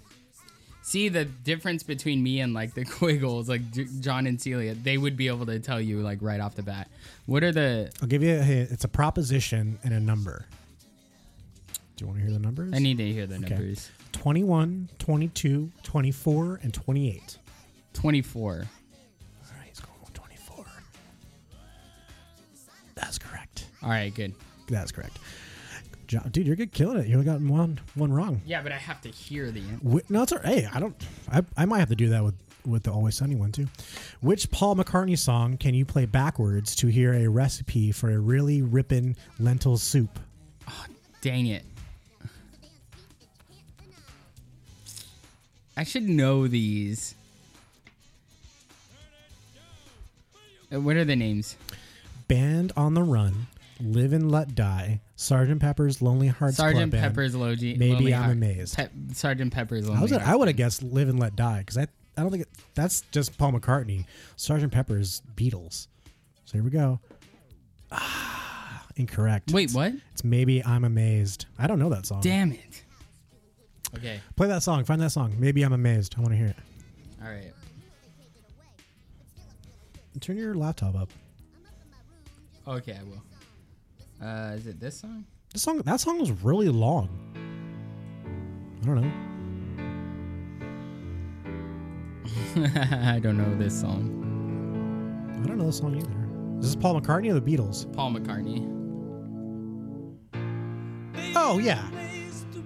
C: See the difference between me and like the Quiggles, like J- John and Celia. They would be able to tell you like right off the bat. What are the?
B: I'll give you a hint. It's a proposition and a number. Do you want to hear the numbers?
C: I need to hear the numbers.
B: 21, 22, 24, and 28.
C: Twenty-four.
B: All right, he's going with 24. That's correct.
C: All right, good.
B: That's correct. Good job. Dude, you're good killing it. You only gotten one one wrong.
C: Yeah, but I have to hear the answer.
B: Wh- No, it's all right. Hey, I don't. I, I might have to do that with with the Always Sunny one too. Which Paul McCartney song can you play backwards to hear a recipe for a really rippin' lentil soup?
C: Dang it. I should know these. Uh, What are the names?
B: Band on the Run, Live and Let Die, Sergeant Pepper's Lonely Hearts Club
C: Sergeant
B: Band.
C: Pepper's Logi.
B: Maybe
C: Lonely
B: I'm
C: Heart-
B: amazed.
C: Pep- Sergeant Pepper's
B: I
C: Lonely.
B: was. I
C: Heart.
B: would have guessed Live and Let Die because I. I don't think it, that's just Paul McCartney. Sergeant Pepper's Beatles. So here we go. Ah, incorrect.
C: Wait, what?
B: It's maybe I'm amazed. I don't know that song.
C: Damn it. Okay.
B: Play that song. Find that song. Maybe I'm amazed. I want to hear it.
C: All right.
B: Turn your laptop up.
C: Okay, I will. Uh, is it this song?
B: This song. That song was really long. I don't know.
C: I don't know this song.
B: I don't know the song either. Is this Paul McCartney or the Beatles?
C: Paul McCartney.
B: Oh yeah.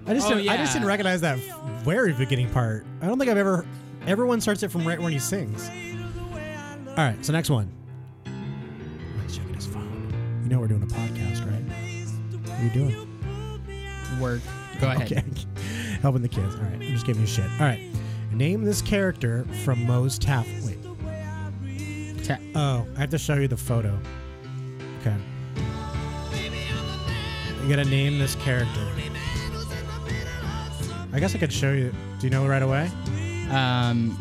B: I just
C: Oh,
B: didn't, I just
C: yeah.
B: didn't recognize that very beginning part. I don't think I've ever. Everyone starts it from right when he sings. All right. So next one. He's checking his phone. You know we're doing a podcast, right? What are you doing?
C: Work. Go ahead.
B: Okay. Helping the kids. All right. I'm just giving you shit. All right. Name this character from Moe's Taft. Wait.
C: Ta-
B: Oh, I have to show you the photo. Okay. You gotta name this character. I guess I could show you. Do you know right away?
C: um,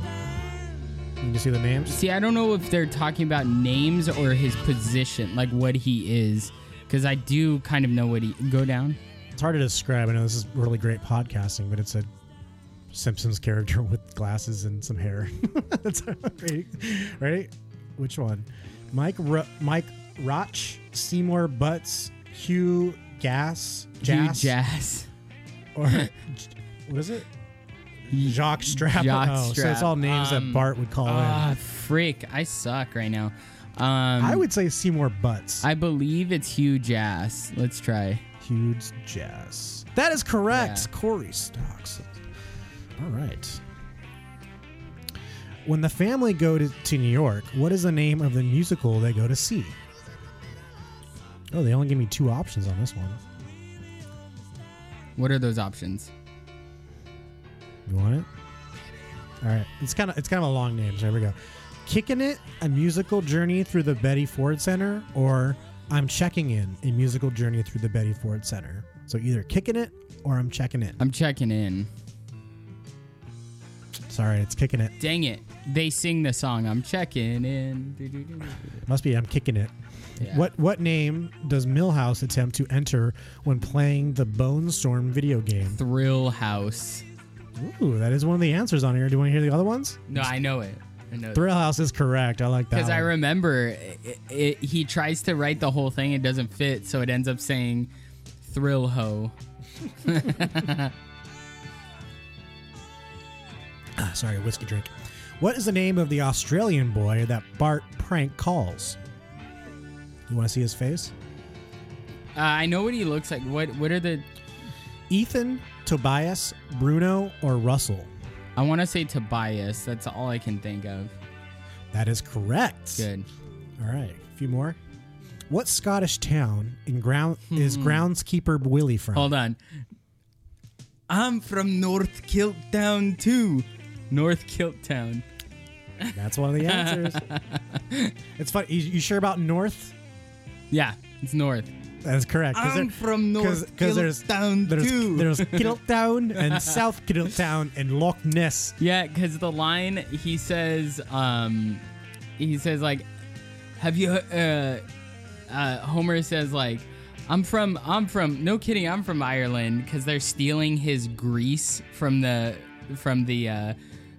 B: You can see the names.
C: see, I don't know if they're talking about names or his position, like what he is, because I do kind of know what he. Go down.
B: It's hard to describe. I know this is really great podcasting, but it's a Simpsons character with glasses and some hair. That's great. Right? Which one? Mike Ro- Mike Roch, Seymour Butts, Hugh Gas, Jas,
C: Hugh Jazz.
B: or what is it? Jacques Strap.
C: Jacques
B: oh, so it's
C: Strap.
B: all names
C: Um,
B: that Bart would call in.
C: Ah, frick! I suck right now. Um,
B: I would say Seymour Butts.
C: I believe it's Hugh Jazz. Let's try.
B: Huge Jazz. That is correct.
C: Yeah.
B: Corey Stocks. All right. When the family go to, to New York, what is the name of the musical they go to see? Oh, they only give me two options on this one.
C: What are those options?
B: You want it? All right. It's kind of it's kind of a long name. So here we go. Kicking it, a musical journey through the Betty Ford Center, or I'm checking in, a musical journey through the Betty Ford Center. So either kicking it or I'm checking in.
C: I'm checking in.
B: Sorry, it's kicking it.
C: Dang it! They sing the song. I'm checking in. Do-do-do-do-do.
B: Must be I'm kicking it.
C: Yeah.
B: What what name does Millhouse attempt to enter when playing the Bone Storm video game?
C: Thrill House.
B: Ooh, that is one of the answers on here. Do you want to hear the other ones?
C: No, I know it. I know
B: Thrill House is correct. I like that.
C: Because I
B: one.
C: remember it, it, he tries to write the whole thing, it doesn't fit, so it ends up saying Thrill Ho.
B: Ah, sorry, whiskey drink. What is the name of the Australian boy that Bart prank calls? You want to see his face?
C: Uh, I know what he looks like. What What are the.
B: Ethan, Tobias, Bruno, or Russell?
C: I want to say Tobias. That's all I can think of.
B: That is correct.
C: Good.
B: All right, a few more. What Scottish town in ground is
C: Hmm.
B: groundskeeper Willie from?
C: Hold on. I'm from North Kilt Town, too. North Kilt Town.
B: That's one of the answers. it's funny. You, you sure about North?
C: Yeah, it's North.
B: That's correct.
C: I'm from North
B: there's,
C: Kiltown
B: there's,
C: too.
B: There's Kiltown and South Kiltown and Loch Ness.
C: Yeah, because the line he says, um, he says like, "Have you?" Uh, uh, Homer says like, "I'm from, I'm from." No kidding, I'm from Ireland because they're stealing his grease from the from the uh,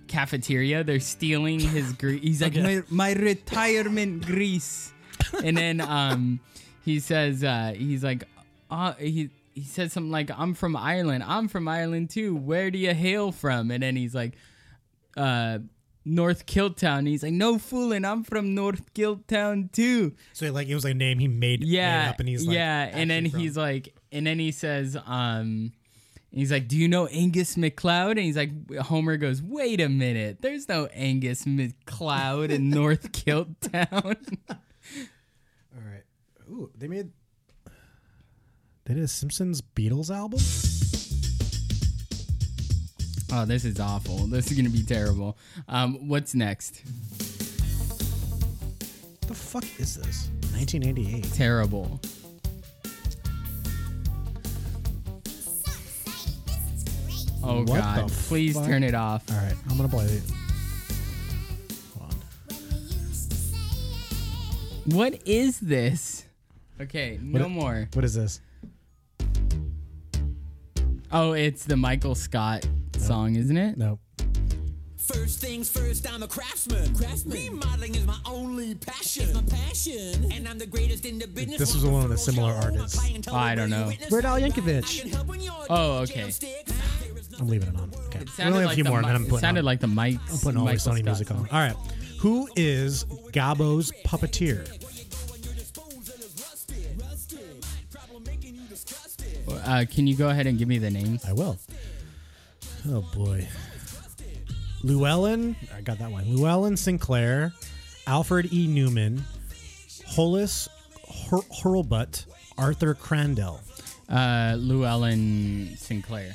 C: cafeteria. They're stealing his grease. He's like,
B: Okay.
C: my, "My retirement grease," and then um, he says, uh, he's like, uh, he. He says something like, "I'm from Ireland. I'm from Ireland too. Where do you hail from?" And then he's like, uh, North Killtown. He's like, no fooling, I'm from North Killtown too.
B: So like it was like a name he made, made
C: Yeah,
B: up, and he's like,
C: yeah, and then
B: actually from-
C: he's like, and then he says, um, he's like, do you know Angus McLeod? And he's like, Homer goes, wait a minute, there's no Angus McLeod in North Killtown.
B: all right. Ooh, they made they did a Simpsons Beatles album.
C: oh, this is awful. This is gonna be terrible. Um, what's next?
B: the fuck is this? 1988.
C: Terrible. Oh
B: What
C: God!
B: the
C: Please
B: fuck?
C: turn it off.
B: All right, I'm gonna play it. Hold on.
C: What is this? Okay, no more.
B: What is this?
C: Oh, it's the Michael Scott song, isn't it?
B: No.
A: First things first, I'm a craftsman. Craftsman. Remodeling is my only passion. It's my passion. And I'm the greatest in the business.
B: This was the one with a similar artist.
C: Oh, I don't know.
B: Weird Al Yankovic.
C: Oh, okay.
B: I'm leaving it on. Okay.
C: It
B: We only
C: sounded
B: have a
C: like
B: few
C: the
B: more, and
C: mi-
B: then I'm
C: it
B: putting,
C: sounded
B: on-
C: like the mic.
B: I'm putting all my
C: Michael
B: Sony
C: Scott
B: music on.
C: song.
B: All right. Who is Gabbo's puppeteer?
C: Uh, can you go ahead and give me the names?
B: I will. Oh boy. Llewellyn, I got that one. Llewellyn Sinclair, Alfred E. Newman, Hollis Hur- Hurlbut, Arthur Crandell.
C: Uh, Llewellyn Sinclair.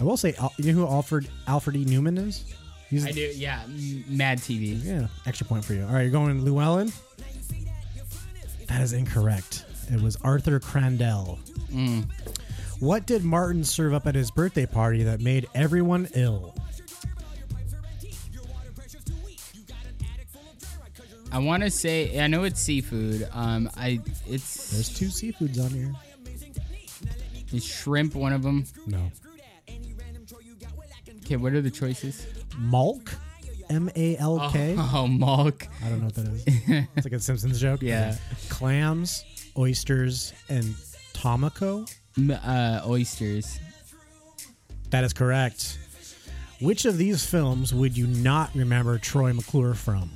B: I will say, Al- you know who Alfred Alfred E. Newman is? He's
C: I do. Yeah, M- Mad TV.
B: yeah, extra point for you. All right, you're going Llewellyn. That is incorrect. It was Arthur Crandell.
C: Mm.
B: What did Martin serve up at his birthday party that made everyone ill?
C: I want to say I know it's seafood. Um, I it's
B: There's two seafoods on here.
C: is shrimp. One of them.
B: No.
C: Okay, what are the choices?
B: Malk, M A L K.
C: Oh, Malk.
B: I don't know what that is. it's like a Simpsons joke.
C: Yeah.
B: Clams, oysters, and tomako.
C: M- uh, oysters.
B: That is correct. Which of these films would you not remember Troy McClure from?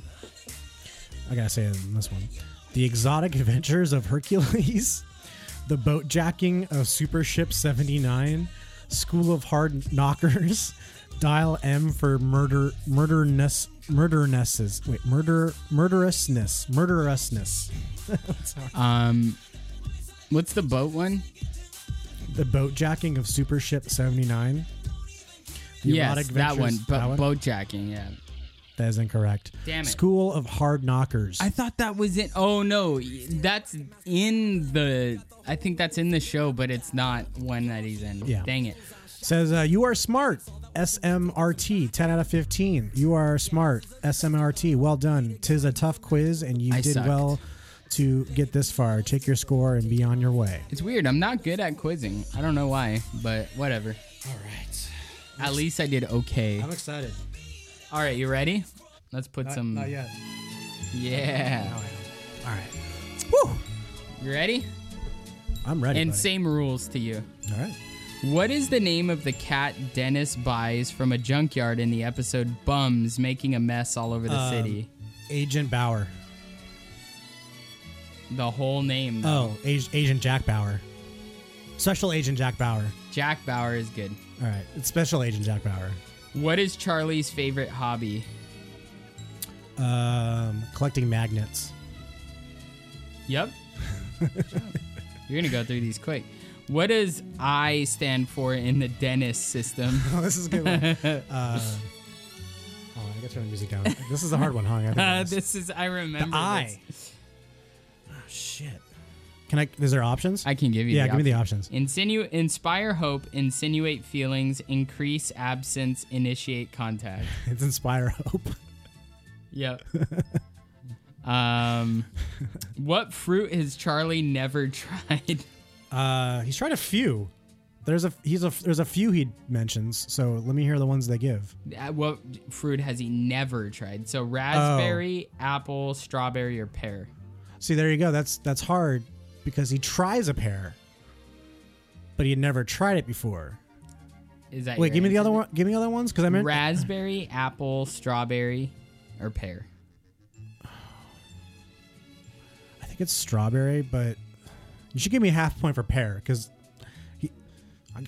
B: I gotta say it in this one: The Exotic Adventures of Hercules, The Boat Jacking of Super Ship Seventy Nine, School of Hard Knockers, Dial M for Murder Murderness Murdernesses. Wait, murder murderousness murderousness.
C: Um, what's the boat one?
B: The Boat Jacking of Super Ship Seventy Nine.
C: yes, that one. But boat jacking. Yeah.
B: That is incorrect.
C: Damn it.
B: School of Hard Knockers.
C: I thought that was in. Oh no, that's in the. I think that's in the show, but it's not one that he's in.
B: Yeah.
C: Dang it.
B: Says, uh, you are smart. SMRT, 10 out of 15. You are smart. SMRT, well done. Tis a tough quiz, and you
C: I
B: did
C: sucked.
B: well to get this far. Check your score and be on your way.
C: It's weird. I'm not good at quizzing. I don't know why, but whatever.
B: All right.
C: At least I did okay.
B: excited. Uh,
C: All right, you ready? Let's put some.
B: yet. Oh,
C: Yeah.
B: All right. Woo!
C: You ready?
B: I'm ready.
C: And
B: buddy.
C: same rules to you.
B: All right.
C: What is the name of the cat Dennis buys from a junkyard in the episode Bums Making a Mess All Over the
B: Um,
C: City?
B: Agent Bauer.
C: The whole name.
B: Oh,
C: though.
B: Ag- Agent Jack Bauer. Special Agent Jack Bauer.
C: Jack Bauer is good.
B: All right. It's Special Agent Jack Bauer.
C: What is Charlie's favorite hobby?
B: Um, collecting magnets.
C: Yep. You're going to go through these quick. What does I stand for in the Dennis system?
B: Oh, this is a good one. Uh, hold on, I gotta turn the music down. This is a hard one, huh? I think
C: Uh,
B: it is.
C: this is, I
B: the
C: remember.
B: eye.
C: this.
B: Oh, shit. Can I? Is there options?
C: I can give you
B: yeah,
C: the
B: give me the options.
C: Insinu- inspire hope, insinuate feelings, increase absence, initiate contact.
B: It's inspire hope.
C: Yep. um, what fruit has Charlie never tried?
B: Uh, he's tried a few. There's a he's a there's a few he mentions. So let me hear the ones they give.
C: Uh, what fruit has he never tried? So raspberry,
B: Oh.
C: apple, strawberry, or pear.
B: See, there you go. That's that's hard because he tries a pair, but he had never tried it before.
C: Is that
B: Wait,
C: your
B: give me the
C: answer?
B: other one. Give me the other ones because I meant
C: Raspberry, apple, strawberry, or pear?
B: I think it's strawberry, but you should give me a half point for pear because I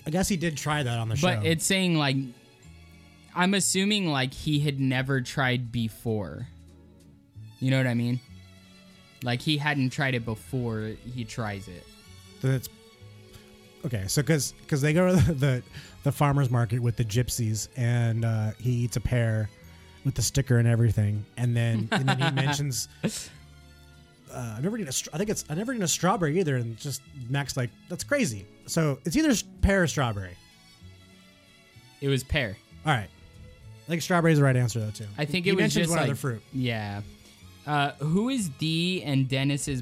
B: I guess he did try that on the show.
C: But it's saying like I'm assuming like he had never tried before. You know what I mean? Like he hadn't tried it before he tries it.
B: Then it's okay. So because they go to the, the the farmers market with the gypsies, and uh, he eats a pear with the sticker and everything, and then and then he mentions. Uh, I've never eaten a stra- I think it's I've never eaten a strawberry either, and just Max like that's crazy. So it's either s- pear or strawberry.
C: It was pear.
B: All right, I think strawberry is the right answer though too.
C: I think
B: He
C: it was
B: mentions
C: just
B: one
C: like,
B: other fruit.
C: Yeah. Uh, who is Dee and Dennis's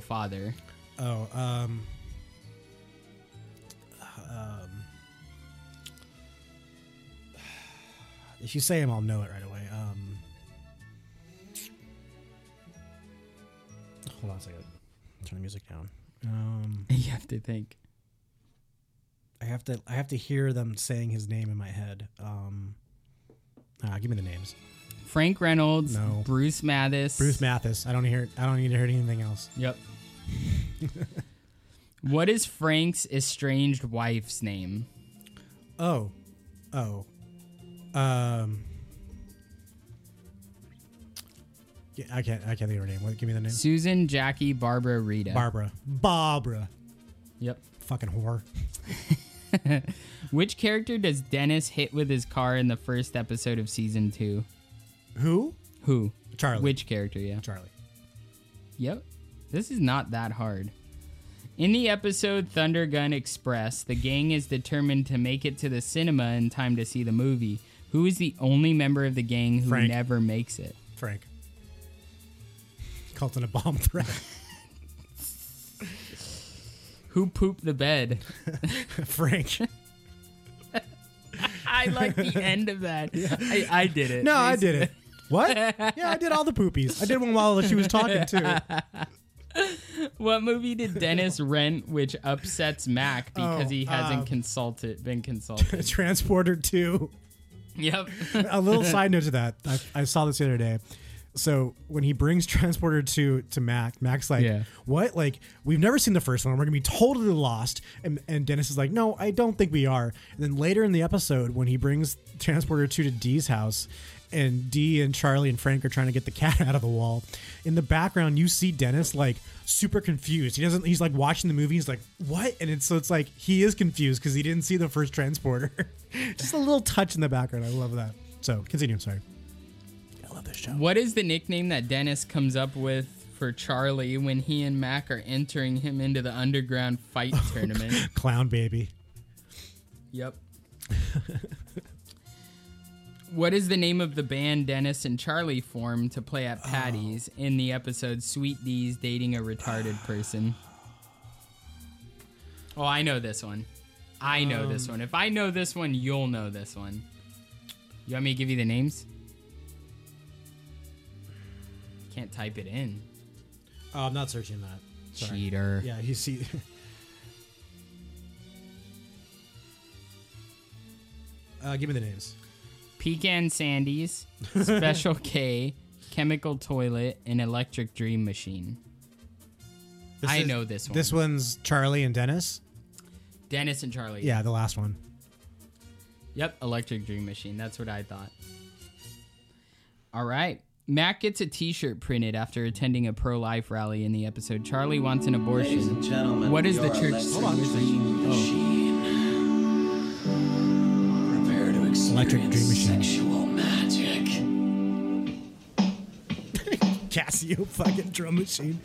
C: father?
B: Oh, um, um, if you say him, I'll know it right away. Um, hold on a second. Turn the music down. Um,
C: you have to think.
B: I have to. I have to hear them saying his name in my head. Um, ah, give me the names.
C: Frank Reynolds,
B: No.
C: Bruce Mathis.
B: Bruce Mathis. I don't hear. I don't need to hear anything else.
C: Yep. what is Frank's estranged wife's name?
B: Oh, oh, um, yeah, I can't. I can't think of her name. What, give me the name.
C: Susan, Jackie, Barbara, Rita.
B: Barbara. Barbara.
C: Yep.
B: Fucking whore.
C: Which character does Dennis hit with his car in the first episode of season two?
B: Who?
C: Who?
B: Charlie.
C: Which character? Yeah.
B: Charlie.
C: Yep. This is not that hard. In the episode Thunder Gun Express, the gang is determined to make it to the cinema in time to see the movie. Who is the only member of the gang who
B: Frank.
C: never makes it?
B: Frank. Colton a bomb threat.
C: Who pooped the bed?
B: Frank.
C: I like the end of that. I, I did it.
B: No, I did it. What? Yeah, I did all the poopies. I did one while she was talking too.
C: What movie did Dennis rent which upsets Mac because
B: Oh,
C: he hasn't
B: um,
C: consulted been consulted?
B: Transporter two.
C: yep.
B: a little side note to that. I, I saw this the other day. So when he brings Transporter to to Mac, Mac's like,
C: Yeah.
B: "What? Like we've never seen the first one. We're gonna be totally lost." And, and Dennis is like, "No, I don't think we are." And then later in the episode, when he brings Transporter two to Dee's house, and Dee and Charlie and Frank are trying to get the cat out of the wall, in the background you see Dennis like super confused. He doesn't. He's like watching the movie. He's like, "What?" And it's so it's like he is confused because he didn't see the first Transporter. Just a little touch in the background. I love that. So continue. Sorry. I love this show.
C: What is the nickname that Dennis comes up with for Charlie when he and Mac are entering him into the underground fight tournament?
B: Clown baby.
C: Yep. what is the name of the band Dennis and Charlie formed to play
B: Oh.
C: at Patty's in the episode Sweet D's Dating a Retarded Person? Oh, I know this one. I know
B: Um.
C: this one. If I know this one, you'll know this one. You want me to give you the names? Can't type it in.
B: Oh, I'm not searching that. Sorry.
C: Cheater.
B: Yeah, you see. uh, give me the names.
C: Pecan Sandies, Special K, Chemical Toilet, and Electric Dream Machine.
B: This
C: I
B: is-
C: know this one.
B: This one's Charlie and Dennis.
C: Dennis and Charlie.
B: Yeah, the last one.
C: Yep, Electric Dream Machine. That's what I thought. All right. Mac gets a t shirt printed after attending a pro life rally in the episode Charlie Wants an
E: Ladies and
C: Abortion.
E: gentlemen,
C: What is the
E: your
C: church-
E: electric
C: Hold on,
E: dream machine? Prepare to experience
B: Electric dream machine.
E: sexual magic.
B: Casio fucking drum machine.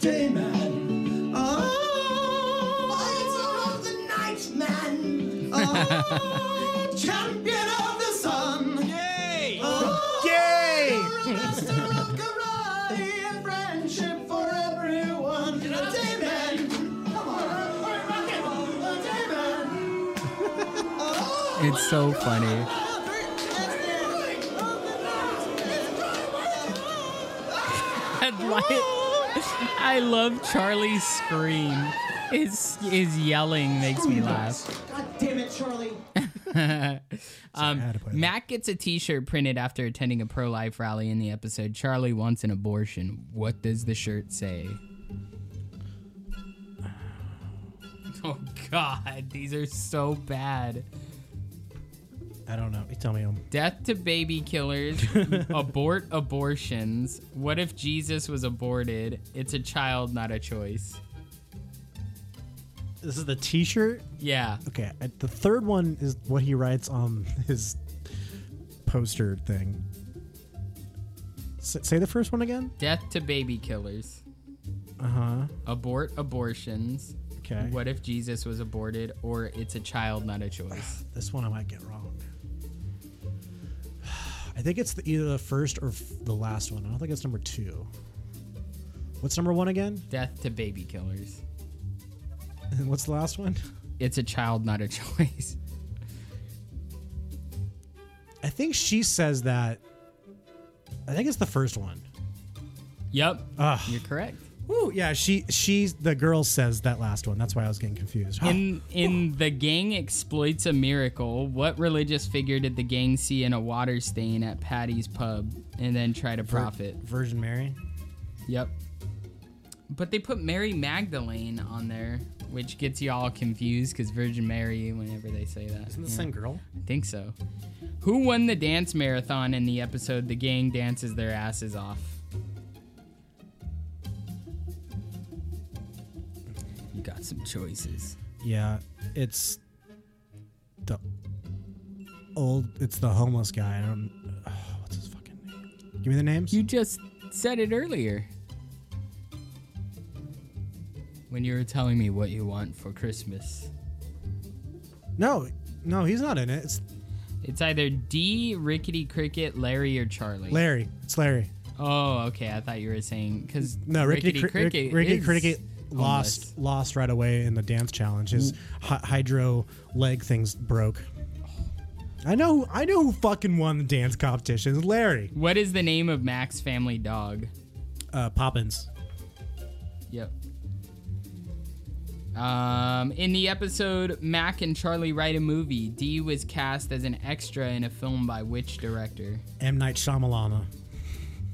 E: Dayman. Oh, of the night, man. Oh, champion of the sun. Yay! Oh,
B: Yay!
E: you're a master of karate and friendship for everyone. Dayman. Come on. A Dayman.
C: It's so funny. I'd like- I love Charlie's scream. His, his yelling makes me laugh.
E: God damn it, Charlie.
C: Um,
B: I had to play that.
C: Mac gets a T-shirt printed after attending a pro-life rally in the episode "Charlie Wants an Abortion." What does the shirt say? Oh God, these are so bad.
B: I don't know. You tell me. Um,
C: Death to baby killers. abort abortions. What if Jesus was aborted? It's a child, not a choice.
B: this is the T-shirt.
C: Yeah.
B: Okay, I- the third one is what he writes on his poster thing. S- say the first one again.
C: Death to baby killers.
B: Uh huh.
C: Abort abortions.
B: Okay.
C: What if Jesus was aborted or it's a child, not a choice?
B: This one I might get wrong. I think it's the, either the first or f- the last one. I don't think it's number two. What's number one again?
C: Death to baby killers.
B: And what's the last one?
C: It's a child, not a choice.
B: I think she says that. I think it's the first one.
C: Yep.
B: Ugh.
C: You're correct.
B: Woo, yeah, she she's the girl says that last one. That's why I was getting confused.
C: In in the gang exploits a miracle, what religious figure did the gang see in a water stain at Patty's pub and then try to profit?
B: Virgin Mary.
C: Yep. But they put Mary Magdalene on there, which gets you all confused because Virgin Mary, whenever they say that.
B: Isn't the
C: Yeah.
B: same girl?
C: I think so. Who won the dance marathon in the episode The Gang Dances Their Asses Off? You got some choices.
B: Yeah, it's the old. It's the homeless guy. I don't. Uh, what's his fucking name? Give me the names.
C: You just said it earlier. When you were telling me what you want for Christmas.
B: no, no, he's not in it. It's
C: It's either D, Rickety Cricket, Larry, or Charlie.
B: Larry. It's Larry.
C: Oh, okay. I thought you were saying because
B: No, Rickety, Cri- Rick-
C: Cricket,
B: Rickety
C: is
B: Cricket lost
C: homeless.
B: lost right away in the dance challenge. His hy- hydro leg things broke. I know. I know who fucking won the dance competition. It's Larry
C: What is the name of Mac's family dog?
B: uh, Poppins.
C: Yep. Um, in the episode Mac and Charlie write a movie, Dee was cast as an extra in a film by which director?
B: M Night Shyamalama.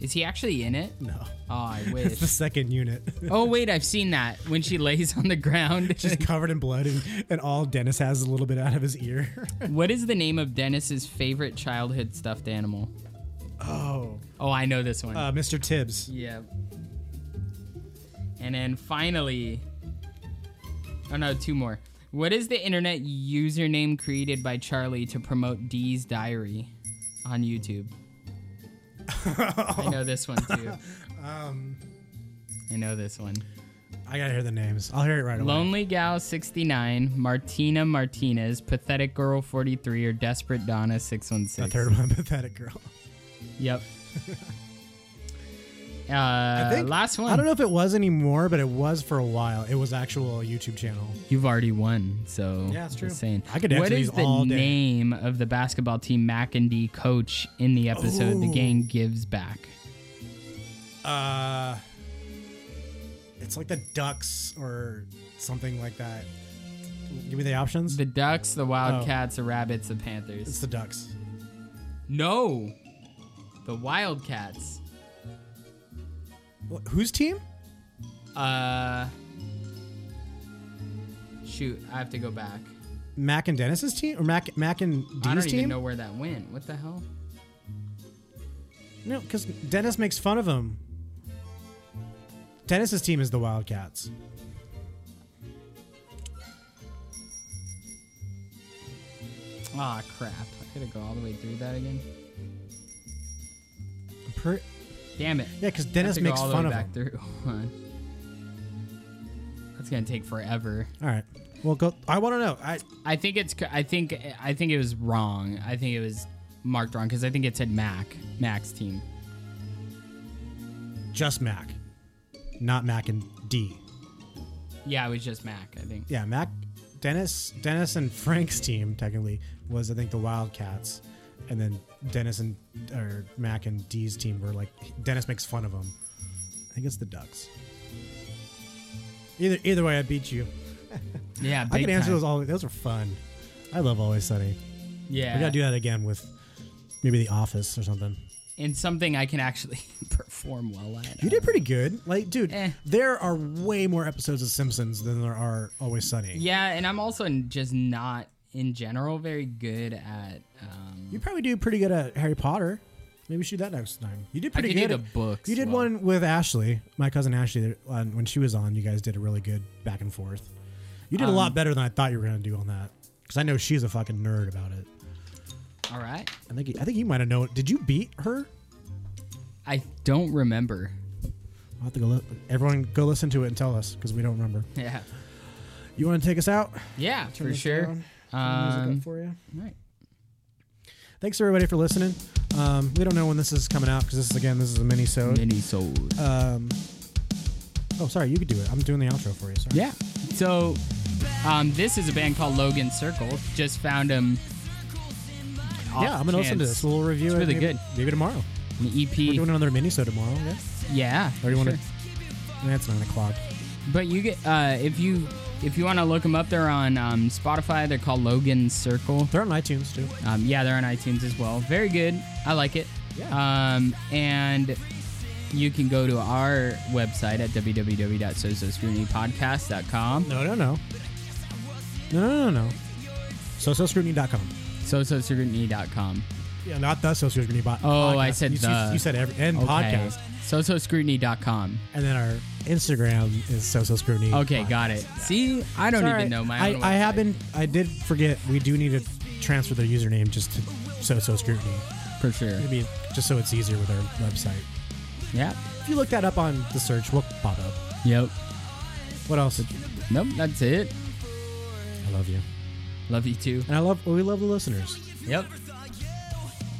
C: Is he actually in it?
B: No,
C: Oh, I
B: it's the
C: wish.
B: second unit.
C: oh wait, I've seen that when she lays on the ground.
B: She's covered in blood, and, and all Dennis has is a little bit out of his ear.
C: what is the name of Dennis's favorite childhood stuffed animal?
B: oh,
C: Oh, I know this one.
B: uh, Mr. Tibbs.
C: Yeah. And then finally, oh no, two more. What is the internet username created by Charlie to promote Dee's diary on YouTube? I know this one too.
B: Um.
C: I know this one.
B: I gotta hear the names. I'll hear it right away.
C: Lonely Gal 69, Martina Martinez, Pathetic Girl 43, or Desperate Donna 616.
B: the third one, pathetic girl.
C: Yep. uh,
B: think-
C: last one.
B: I don't know if it was anymore, but it was for a while. It was actual YouTube channel.
C: You've already won, so
B: Yeah, it's true.
C: Just saying.
B: I could answer
C: What is
B: these
C: the
B: all day.
C: name of the basketball team Mac and D coach in the episode "The
B: Ooh.
C: Gang Gives Back"?
B: Uh, it's like the Ducks or something like that. Give me the options.
C: The Ducks, the Wildcats, the Rabbits, the Panthers.
B: Oh. it's the Ducks.
C: No, the Wildcats.
B: Wh- whose team?
C: Uh, shoot, I have to go back.
B: Mac and Dennis's team, or Mac Mac and Dee's
C: I don't
B: team?
C: even know where that went. What the hell?
B: No, because Dennis makes fun of him. Dennis's team is the Wildcats.
C: Ah, crap. I gotta go all the way through that again.
B: Per-
C: Damn it.
B: yeah, because
C: I have
B: Dennis
C: to go
B: makes
C: all the
B: fun
C: way
B: of
C: back
B: him.
C: through. Hold on. That's gonna take forever.
B: All right. Well, go. I want to know. I
C: I think it's. I think. I think it was wrong. I think it was marked wrong because I think it said Mac. Mac's team.
B: just Mac, not Mac and D.
C: Yeah, it was just Mac. I think.
B: Yeah, Mac, Dennis, Dennis and Frank's team technically was I think the Wildcats, and then Dennis and or Mac and D's team were like Dennis makes fun of him. I think it's the Ducks. Either either way, I beat you.
C: Yeah.
B: I
C: big
B: can answer
C: time.
B: those all. Those are fun. I love Always Sunny.
C: Yeah.
B: We gotta do that again with maybe The Office or something.
C: And something I can actually perform well at.
B: You did pretty good. Like, dude,
C: Eh.
B: there are way more episodes of Simpsons than there are Always Sunny.
C: Yeah, and I'm also n- just not in general very good at. Um,
B: You probably do pretty good at Harry Potter. Maybe shoot that next time. You did
C: I
B: pretty
C: could do
B: good.
C: the
B: at-
C: books
B: You did
C: well.
B: one with Ashley, my cousin Ashley, that- on- when she was on. You guys did a really good back and forth. You did a
C: Um,
B: lot better than I thought you were gonna do on that, because I know she's a fucking nerd about it.
C: all right,
B: I think I think you might have known. Did you beat her?
C: I don't remember.
B: I'll have to go. Li- everyone, go listen to it and tell us because we don't remember.
C: Yeah,
B: You want to take us out?
C: yeah,
B: Turn
C: for
B: this
C: sure.
B: down. Turn the music
C: Um,
B: up for you.
C: right.
B: Thanks everybody for listening. Um, we don't know when this is coming out because this is again this is a mini sode.
C: Mini sold.
B: Um, oh, sorry, you could do it. I'm doing the outro for you. Sorry.
C: Yeah. So, um, this is a band called Logan Circle. Just found them.
B: yeah. I'm gonna listen to this. We'll review
C: It's
B: it.
C: really
B: maybe,
C: good.
B: Maybe tomorrow.
C: An
B: We're doing
C: EP.
B: another mini sode tomorrow. Yeah.
C: Yeah.
B: Or you
C: for
B: want
C: sure.
B: to? That's nine o'clock.
C: But you get uh, if you if you want to look them up, they're on um, Spotify. They're called Logan Circle.
B: They're on iTunes too.
C: Um, yeah, they're on iTunes as well. Very good. I like it.
B: Yeah.
C: Um, and you can go to our website at www.sososcrutinypodcast.com.
B: No, no, no. No, no, no, no. SoSoScrutiny.com.
C: Sososcrutiny.com.
B: Yeah, not the social scrutiny bot.
C: Oh, I
B: podcast.
C: said
B: you,
C: the.
B: You, you said every and
C: Okay.
B: podcast,
C: Sososcrutiny.com.
B: and then our Instagram is social scrutiny.
C: Okay,
B: podcast.
C: got it. See, I don't
B: It's all
C: even
B: right.
C: know my
B: I,
C: own
B: I
C: website.
B: have been. I did forget. We do need to transfer their username just to so so scrutiny.
C: For sure.
B: I mean, just so it's easier with our website.
C: Yeah.
B: If you look that up on the search, we'll pop up.
C: Yep.
B: What else?
C: Nope, that's it.
B: I love you,
C: Love you too.
B: and I love. We love the listeners.
C: Yep.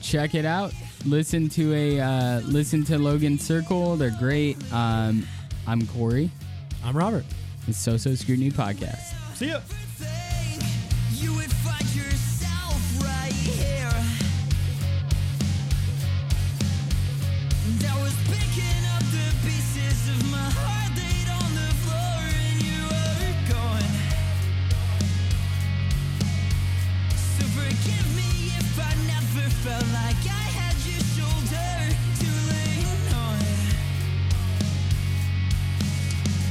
C: Check it out. Listen to a uh, listen to Logan Circle. They're great. Um, I'm Corey.
B: I'm Robert.
C: It's So So Scrutiny Podcast.
B: See ya.
F: You would find yourself right here. And I was picking up the pieces of my heart laid on the floor, and you were gone. So forgive me if I never felt like I had your shoulder to lean on.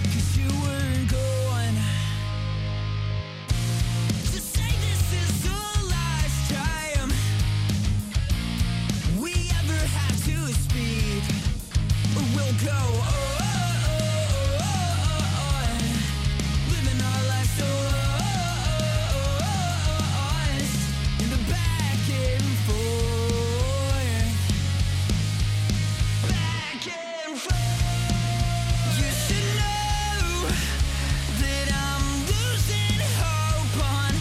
F: 'Cause you weren't gone. To say this is the last time we ever have to speak, we'll go oh, on, oh, living our lives oh, so oh, honest oh. in the back and forth, back and forth. You should know. That I'm losing hope on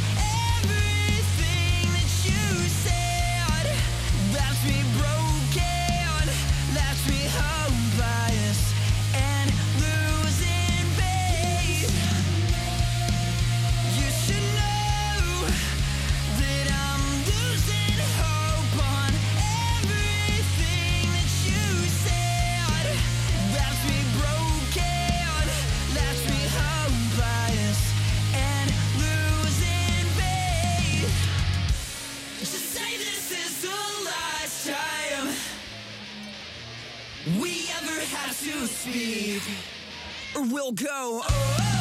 F: everything that you said. Left me broken, left me hopeless, and losing faith. You should know that I'm losing hope on everything that you said. Left me broken, left me hopeless, and losing faith. To say this is the last time we ever have to speak, or we'll go. Oh,